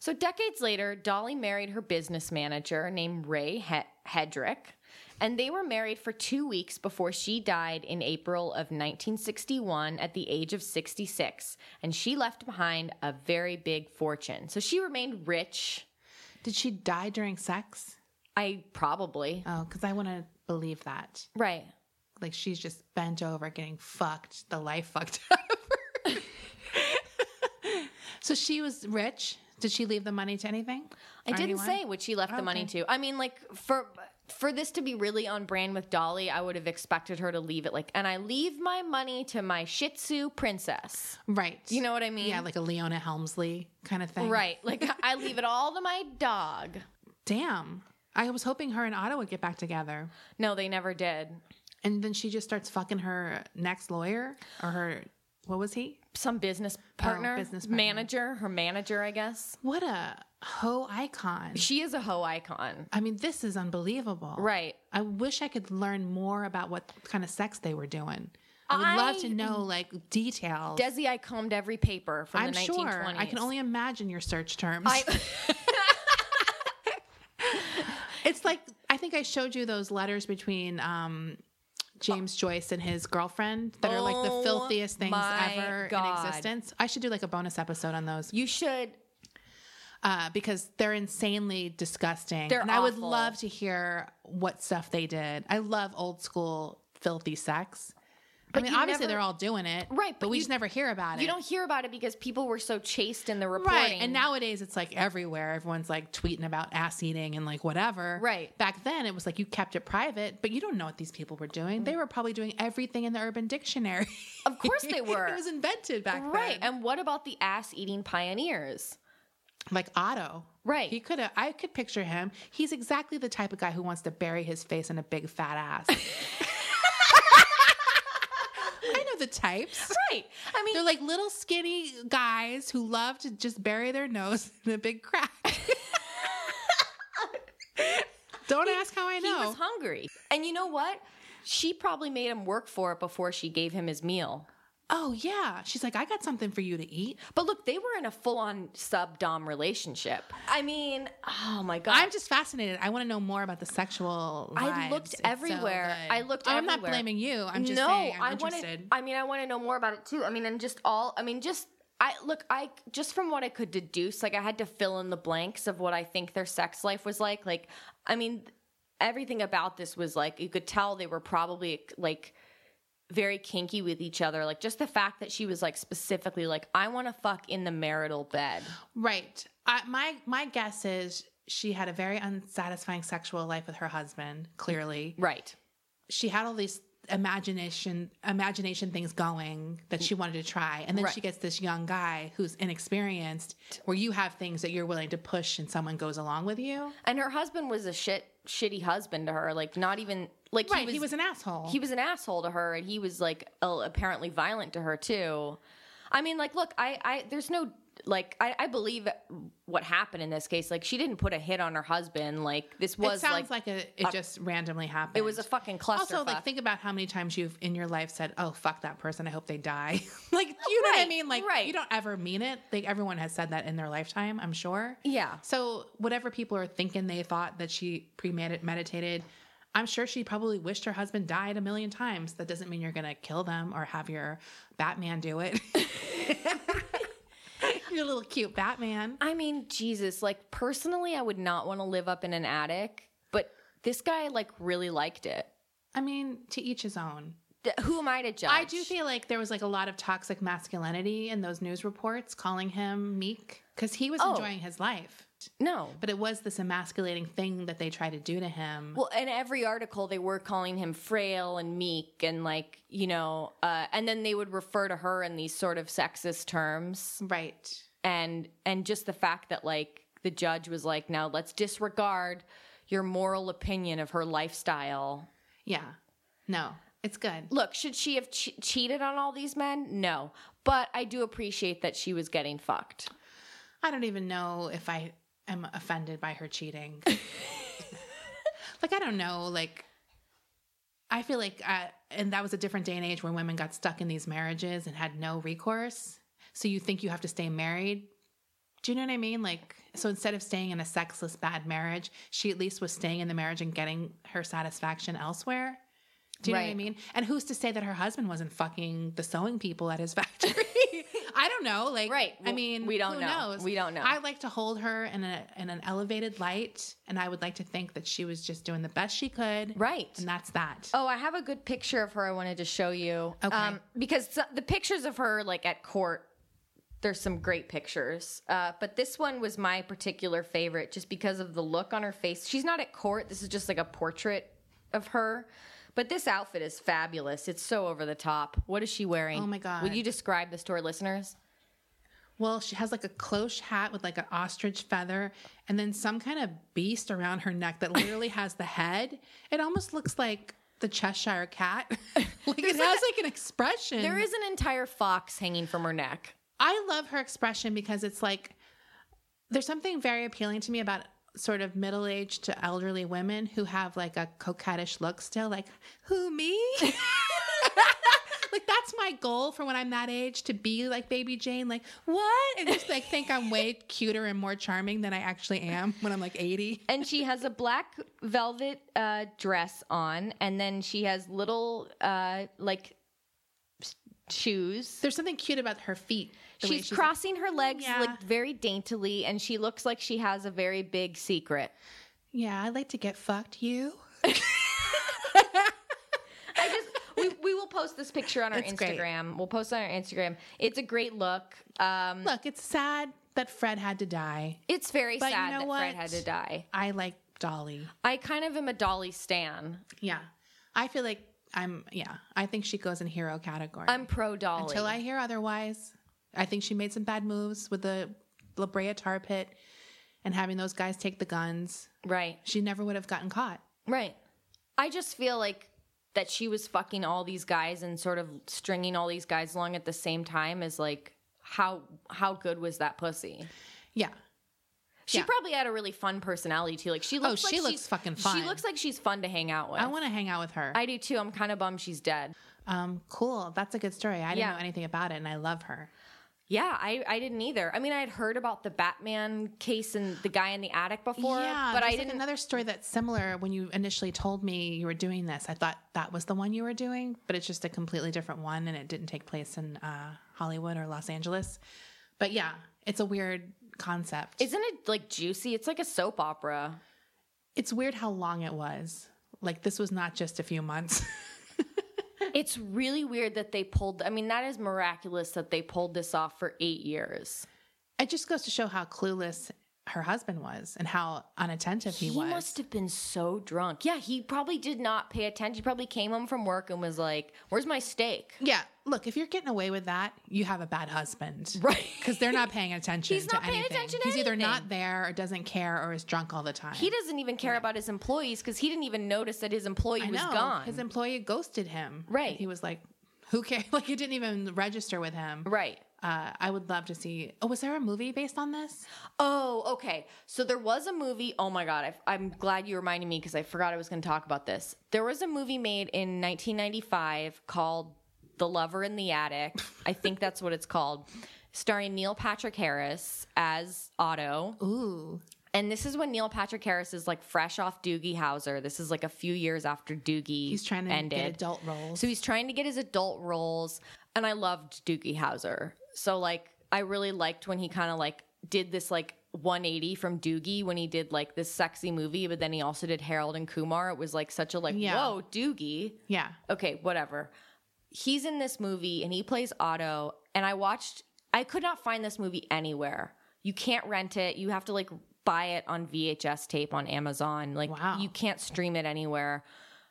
Speaker 1: So decades later, Dolly married her business manager named Ray he- Hedrick, and they were married for two weeks before she died in April of 1961 at the age of 66. And she left behind a very big fortune. So she remained rich.
Speaker 2: Did she die during sex?
Speaker 1: I probably.
Speaker 2: Oh, because I want to believe that.
Speaker 1: Right.
Speaker 2: Like she's just bent over getting fucked, the life fucked out of her. so she was rich. Did she leave the money to anything?
Speaker 1: I
Speaker 2: Or
Speaker 1: didn't
Speaker 2: anyone?
Speaker 1: say what she left the money to. I mean, like for for this to be really on brand with Dolly, I would have expected her to leave it like, and I leave my money to my Shih Tzu princess.
Speaker 2: Right.
Speaker 1: You know what I mean?
Speaker 2: Yeah, like a Leona Helmsley kind of thing.
Speaker 1: right. Like I leave it all to my dog.
Speaker 2: Damn. I was hoping her and Otto would get back together.
Speaker 1: No, they never did.
Speaker 2: And then she just starts fucking her next lawyer or her, what was he?
Speaker 1: Some business partner,
Speaker 2: business partner.
Speaker 1: manager, her manager, I guess.
Speaker 2: What a hoe icon.
Speaker 1: She is a hoe icon.
Speaker 2: I mean, this is unbelievable.
Speaker 1: Right.
Speaker 2: I wish I could learn more about what kind of sex they were doing. I would love to
Speaker 1: I-
Speaker 2: know like details.
Speaker 1: Desi, I combed every paper from
Speaker 2: I'm
Speaker 1: the 1920s.
Speaker 2: sure. I can only imagine your search terms.
Speaker 1: I-
Speaker 2: it's like I think I showed you those letters between um, James Joyce and his girlfriend that are like the
Speaker 1: Oh
Speaker 2: filthiest things
Speaker 1: my
Speaker 2: ever
Speaker 1: God.
Speaker 2: in existence. I should do like a bonus episode on those
Speaker 1: you should.
Speaker 2: uh, because they're insanely disgusting.
Speaker 1: They're
Speaker 2: and I would
Speaker 1: awful.
Speaker 2: love to hear what stuff they did. I love old school filthy sex. I mean,
Speaker 1: you
Speaker 2: obviously
Speaker 1: never-
Speaker 2: they're all doing it,
Speaker 1: Right,
Speaker 2: But,
Speaker 1: but
Speaker 2: we
Speaker 1: you-
Speaker 2: just never hear about it.
Speaker 1: You don't hear about it because people were so chaste in the reporting.
Speaker 2: Right. And nowadays it's like everywhere. Everyone's like tweeting about ass eating and like whatever.
Speaker 1: Right.
Speaker 2: Back then it was like you kept it private, but you don't know what these people were doing. They were probably doing everything in the urban dictionary.
Speaker 1: Of course they were.
Speaker 2: it was invented back
Speaker 1: right.
Speaker 2: then.
Speaker 1: And what about the ass eating pioneers?
Speaker 2: like Otto.
Speaker 1: Right.
Speaker 2: He could have I could picture him. He's exactly the type of guy who wants to bury his face in a big fat ass. I know the types.
Speaker 1: Right. I mean,
Speaker 2: They're like little skinny guys who love to just bury their nose in a big crack. Don't ask how I
Speaker 1: he
Speaker 2: know.
Speaker 1: was hungry. And you know what? She probably made him work for it before she gave him his meal.
Speaker 2: oh yeah, she's like, I got something for you to eat.
Speaker 1: But look, they were in a full on sub dom relationship. I mean, oh my God.
Speaker 2: I'm just fascinated. I want to know more about the sexual.
Speaker 1: I
Speaker 2: lives.
Speaker 1: looked
Speaker 2: It's so
Speaker 1: everywhere.
Speaker 2: good. Oh,
Speaker 1: I looked
Speaker 2: I'm not
Speaker 1: everywhere.
Speaker 2: blaming you. I'm just
Speaker 1: no,
Speaker 2: saying I'm
Speaker 1: I
Speaker 2: interested.
Speaker 1: wanted. I mean, I want to know more about it too. I mean, and just all. I mean, just I look. I just from what I could deduce, like I had to fill in the blanks of what I think their sex life was like. Like, I mean, everything about this was like you could tell they were probably like very kinky with each other. Like just the fact that she was like specifically like I want to fuck in the marital bed.
Speaker 2: Right. I, my my guess is she had a very unsatisfying sexual life with her husband. Clearly,
Speaker 1: Right.
Speaker 2: she had all these imagination imagination things going that she wanted to try, and then
Speaker 1: Right.
Speaker 2: she gets this young guy who's inexperienced. Where you have things that you're willing to push, and someone goes along with you.
Speaker 1: And her husband was a shit shitty husband to her. Like not even like
Speaker 2: Right. He was, an asshole.
Speaker 1: he was an asshole to her and he was like uh, apparently violent to her too i mean like look i i there's no like I, I believe what happened in this case like she didn't put a hit on her husband like this
Speaker 2: it
Speaker 1: was
Speaker 2: sounds
Speaker 1: like,
Speaker 2: like, a, it just randomly happened.
Speaker 1: it was a fucking clusterfuck.
Speaker 2: also like think about how many times you've in your life said oh fuck that person i hope they die like you know what i
Speaker 1: Right,
Speaker 2: mean like
Speaker 1: right.
Speaker 2: you don't ever mean it like everyone has said that in their lifetime i'm sure
Speaker 1: Yeah.
Speaker 2: so whatever people are thinking they thought that she premeditated i'm sure she probably wished her husband died a million times that doesn't mean you're gonna kill them or have your batman do it your little cute batman
Speaker 1: i mean jesus like personally i would not want to live up in an attic but this guy like really liked it
Speaker 2: i mean to each his own
Speaker 1: D- who am i to judge
Speaker 2: I do feel like there was like a lot of toxic masculinity in those news reports calling him meek because he was
Speaker 1: Oh.
Speaker 2: enjoying his life.
Speaker 1: no
Speaker 2: But it was this emasculating thing that they tried to do to him.
Speaker 1: Well, in every article, they were calling him frail and meek, and like you know, uh, and then they would refer to her in these sort of sexist terms,
Speaker 2: right.
Speaker 1: and and just the fact that like the judge was like, now let's disregard your moral opinion of her lifestyle.
Speaker 2: Yeah. No, it's good.
Speaker 1: Look, should she have che- cheated on all these men? No, but I do appreciate that she was getting fucked.
Speaker 2: I don't even know if I am offended by her cheating. like, I don't know. Like, I feel like, uh, and that was a different day and age where women got stuck in these marriages and had no recourse. So you think you have to stay married. Do you know what I mean? Like, so instead of staying in a sexless, bad marriage, she at least was staying in the marriage and getting her satisfaction elsewhere. Do you know what I
Speaker 1: Right.
Speaker 2: mean? And who's to say that her husband wasn't fucking the sewing people at his factory? I I don't know. Like,
Speaker 1: Right.
Speaker 2: I
Speaker 1: W-
Speaker 2: mean,
Speaker 1: we don't
Speaker 2: who
Speaker 1: know.
Speaker 2: Knows?
Speaker 1: We don't know.
Speaker 2: I like to hold her in a in an elevated light, and I would like to think that she was just doing the best she could.
Speaker 1: Right.
Speaker 2: And that's that.
Speaker 1: Oh, I have a good picture of her I wanted to show you. Um,
Speaker 2: Okay.
Speaker 1: because so- the pictures of her, like at court, there's some great pictures. Uh, but this one was my particular favorite just because of the look on her face. She's not at court, this is just like a portrait of her. But this outfit is fabulous. It's so over the top. What is she wearing?
Speaker 2: Oh my God.
Speaker 1: Will you describe this to our listeners?
Speaker 2: Well, she has like a cloche hat with like an ostrich feather, and then some kind of beast around her neck that literally has the head. It almost looks like the Cheshire Cat. like it has like an expression.
Speaker 1: There is an entire fox hanging from her neck.
Speaker 2: I love her expression because it's like there's something very appealing to me about sort of middle aged to elderly women who have like a coquettish look still, like, who me? like that's my goal for when I'm that age to be like baby Jane, like, what? And just like think I'm way cuter and more charming than I actually am when I'm like 80.
Speaker 1: and she has a black velvet uh, dress on, and then she has little uh, like s- shoes.
Speaker 2: There's something cute about her feet. the way
Speaker 1: She's crossing her legs
Speaker 2: Yeah.
Speaker 1: like very daintily, and she looks like she has a very big secret.
Speaker 2: yeah, I like to get fucked you.
Speaker 1: I just we, we will post this picture on our
Speaker 2: It's great.
Speaker 1: Instagram. We'll post it on our Instagram. It's a great look. Um,
Speaker 2: Look, it's sad that Fred had to die.
Speaker 1: it's very
Speaker 2: But you
Speaker 1: sad
Speaker 2: know
Speaker 1: that
Speaker 2: what?
Speaker 1: Fred had to die.
Speaker 2: I like Dolly.
Speaker 1: I kind of am a Dolly stan.
Speaker 2: Yeah. I feel like I'm, yeah, I think she goes in hero category.
Speaker 1: I'm pro Dolly.
Speaker 2: Until I hear otherwise, I think she made some bad moves with the La Brea tar pit and having those guys take the guns.
Speaker 1: right.
Speaker 2: She never would have gotten caught.
Speaker 1: Right. I just feel like that she was fucking all these guys and sort of stringing all these guys along at the same time is like how how good was that pussy?
Speaker 2: Yeah.
Speaker 1: She
Speaker 2: Yeah. Oh,
Speaker 1: probably had a really fun personality too. Like she looks like
Speaker 2: she looks
Speaker 1: she's-
Speaker 2: fucking
Speaker 1: She
Speaker 2: fun.
Speaker 1: looks like she's fun to hang out with.
Speaker 2: I want to hang out with her.
Speaker 1: I do too. I'm kind of bummed she's dead.
Speaker 2: um, cool. That's a good story. I didn't
Speaker 1: Yeah.
Speaker 2: know anything about it and I love her.
Speaker 1: Yeah, I, I didn't either. I mean, I had heard about the Batman case and the guy in the attic before,
Speaker 2: yeah,
Speaker 1: but
Speaker 2: there's,
Speaker 1: I
Speaker 2: like,
Speaker 1: didn't.
Speaker 2: another story that's similar when you initially told me you were doing this. I thought that was the one you were doing, but it's just a completely different one and it didn't take place in uh, Hollywood or Los Angeles. But yeah, it's a weird concept.
Speaker 1: Isn't it like juicy? It's like a soap opera.
Speaker 2: It's weird how long it was. Like this was not just a few months.
Speaker 1: It's really weird that they pulled. I mean, that is miraculous that they pulled this off for eight years.
Speaker 2: it just goes to show how clueless her husband was and how unattentive he,
Speaker 1: He
Speaker 2: was.
Speaker 1: must have been so drunk. Yeah, he probably did not pay attention. He probably came home from work and was like, "Where's my steak?"
Speaker 2: yeah, look, if you're getting away with that, you have a bad husband.
Speaker 1: Right.
Speaker 2: Because they're not paying attention.
Speaker 1: He's
Speaker 2: to
Speaker 1: not paying
Speaker 2: anything.
Speaker 1: attention to
Speaker 2: He's either
Speaker 1: anything.
Speaker 2: not there or doesn't care or is drunk all the time.
Speaker 1: He doesn't even care about his employees because he didn't even notice that his employee
Speaker 2: I
Speaker 1: was
Speaker 2: know.
Speaker 1: gone.
Speaker 2: His employee ghosted him.
Speaker 1: Right.
Speaker 2: And he was like, who cares? Like, it didn't even register with him.
Speaker 1: right.
Speaker 2: Uh, I would love to see. Oh, was there a movie based on this?
Speaker 1: Oh, okay. So there was a movie. Oh my god, I, am glad you reminded me because I forgot I was going to talk about this. There was a movie made in 1995 called "The Lover in the Attic." I think that's what it's called, starring Neil Patrick Harris as Otto.
Speaker 2: Ooh.
Speaker 1: And this is when Neil Patrick Harris is like fresh off Doogie Howser. This is like a few years after Doogie.
Speaker 2: He's trying to
Speaker 1: ended.
Speaker 2: get adult roles.
Speaker 1: So he's trying to get his adult roles. And I loved Doogie Howser. So like I really liked when he kind of like did this like 180 from Doogie when he did like this sexy movie, but then he also did Harold and Kumar. It was like such a like,
Speaker 2: Yeah.
Speaker 1: whoa, Doogie
Speaker 2: yeah.
Speaker 1: okay, whatever. He's in this movie and he plays Otto. And I watched, I could not find this movie anywhere. You can't rent it. You have to like buy it on VHS tape on Amazon. Like,
Speaker 2: Wow.
Speaker 1: you can't stream it anywhere.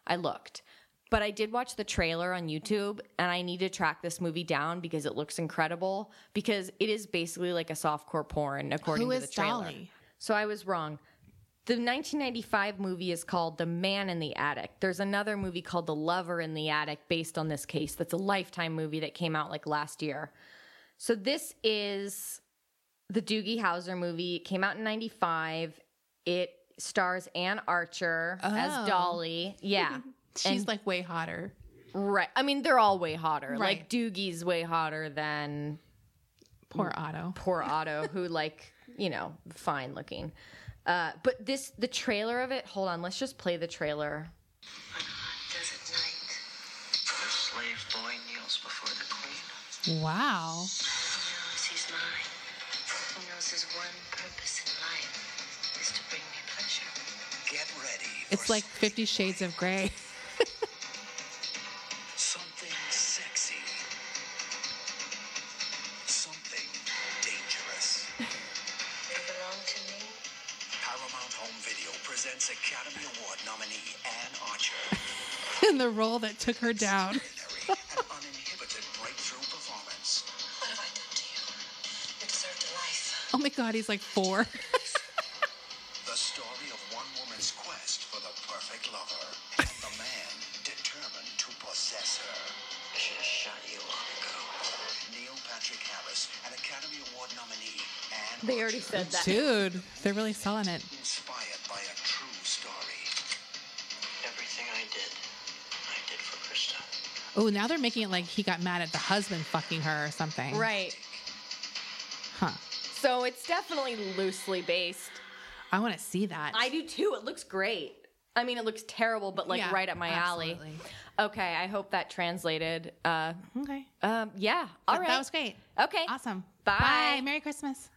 Speaker 1: I looked. But I did watch the trailer on YouTube and I need to track this movie down because it looks incredible because it is basically like a softcore porn according
Speaker 2: Who
Speaker 1: to
Speaker 2: is
Speaker 1: the trailer.
Speaker 2: Dolly?
Speaker 1: So I was wrong. The 1995 movie is called The Man in the Attic. There's another movie called The Lover in the Attic based on this case. That's a lifetime movie that came out like last year. So this is the Doogie Howser movie. It came out in 95. It stars Ann Archer
Speaker 2: Oh.
Speaker 1: as Dolly. Yeah.
Speaker 2: She's like way hotter.
Speaker 1: right. I mean, they're all way hotter. Like
Speaker 2: Right.
Speaker 1: Doogie's way hotter than
Speaker 2: Poor
Speaker 1: Mm.
Speaker 2: Otto.
Speaker 1: poor Otto, who like you know, fine looking. Uh, but this, the trailer of it. Hold on, let's just play the trailer.
Speaker 4: On hot desert night, the slave boy kneels before the queen.
Speaker 2: Wow.
Speaker 4: Now Rose's one purpose in life is to bring me pleasure.
Speaker 5: Get ready.
Speaker 2: It's
Speaker 5: for
Speaker 2: like Fifty Shades of Grey.
Speaker 5: something sexy, something dangerous.
Speaker 4: You belong to me.
Speaker 5: Paramount Home Video presents Academy Award nominee Anne Archer.
Speaker 2: and the role that took her down.
Speaker 5: Extraordinary and uninhibited breakthrough performance.
Speaker 4: What have I done to you? You deserved a life.
Speaker 2: Oh my God, he's like four.
Speaker 5: The story of one woman's quest for the perfect lover and the man determined to possess her.
Speaker 4: should have shot you long ago.
Speaker 5: Neil Patrick Harris, an Academy Award nominee, and
Speaker 1: They already said that.
Speaker 2: Dude, they're really selling it.
Speaker 5: inspired by a true story.
Speaker 4: Everything I did, I did for Krista.
Speaker 2: Oh, now they're making it like he got mad at the husband fucking her or something.
Speaker 1: Right.
Speaker 2: Huh.
Speaker 1: So it's definitely loosely based.
Speaker 2: I want to see that.
Speaker 1: I do too. It looks great. I mean, it looks terrible, but like
Speaker 2: Yeah,
Speaker 1: right up my alley.
Speaker 2: absolutely.
Speaker 1: Okay, I hope that translated. Uh,
Speaker 2: Okay.
Speaker 1: um, yeah. All right.
Speaker 2: That was great.
Speaker 1: Okay.
Speaker 2: Awesome.
Speaker 1: Bye.
Speaker 2: Bye. Merry Christmas.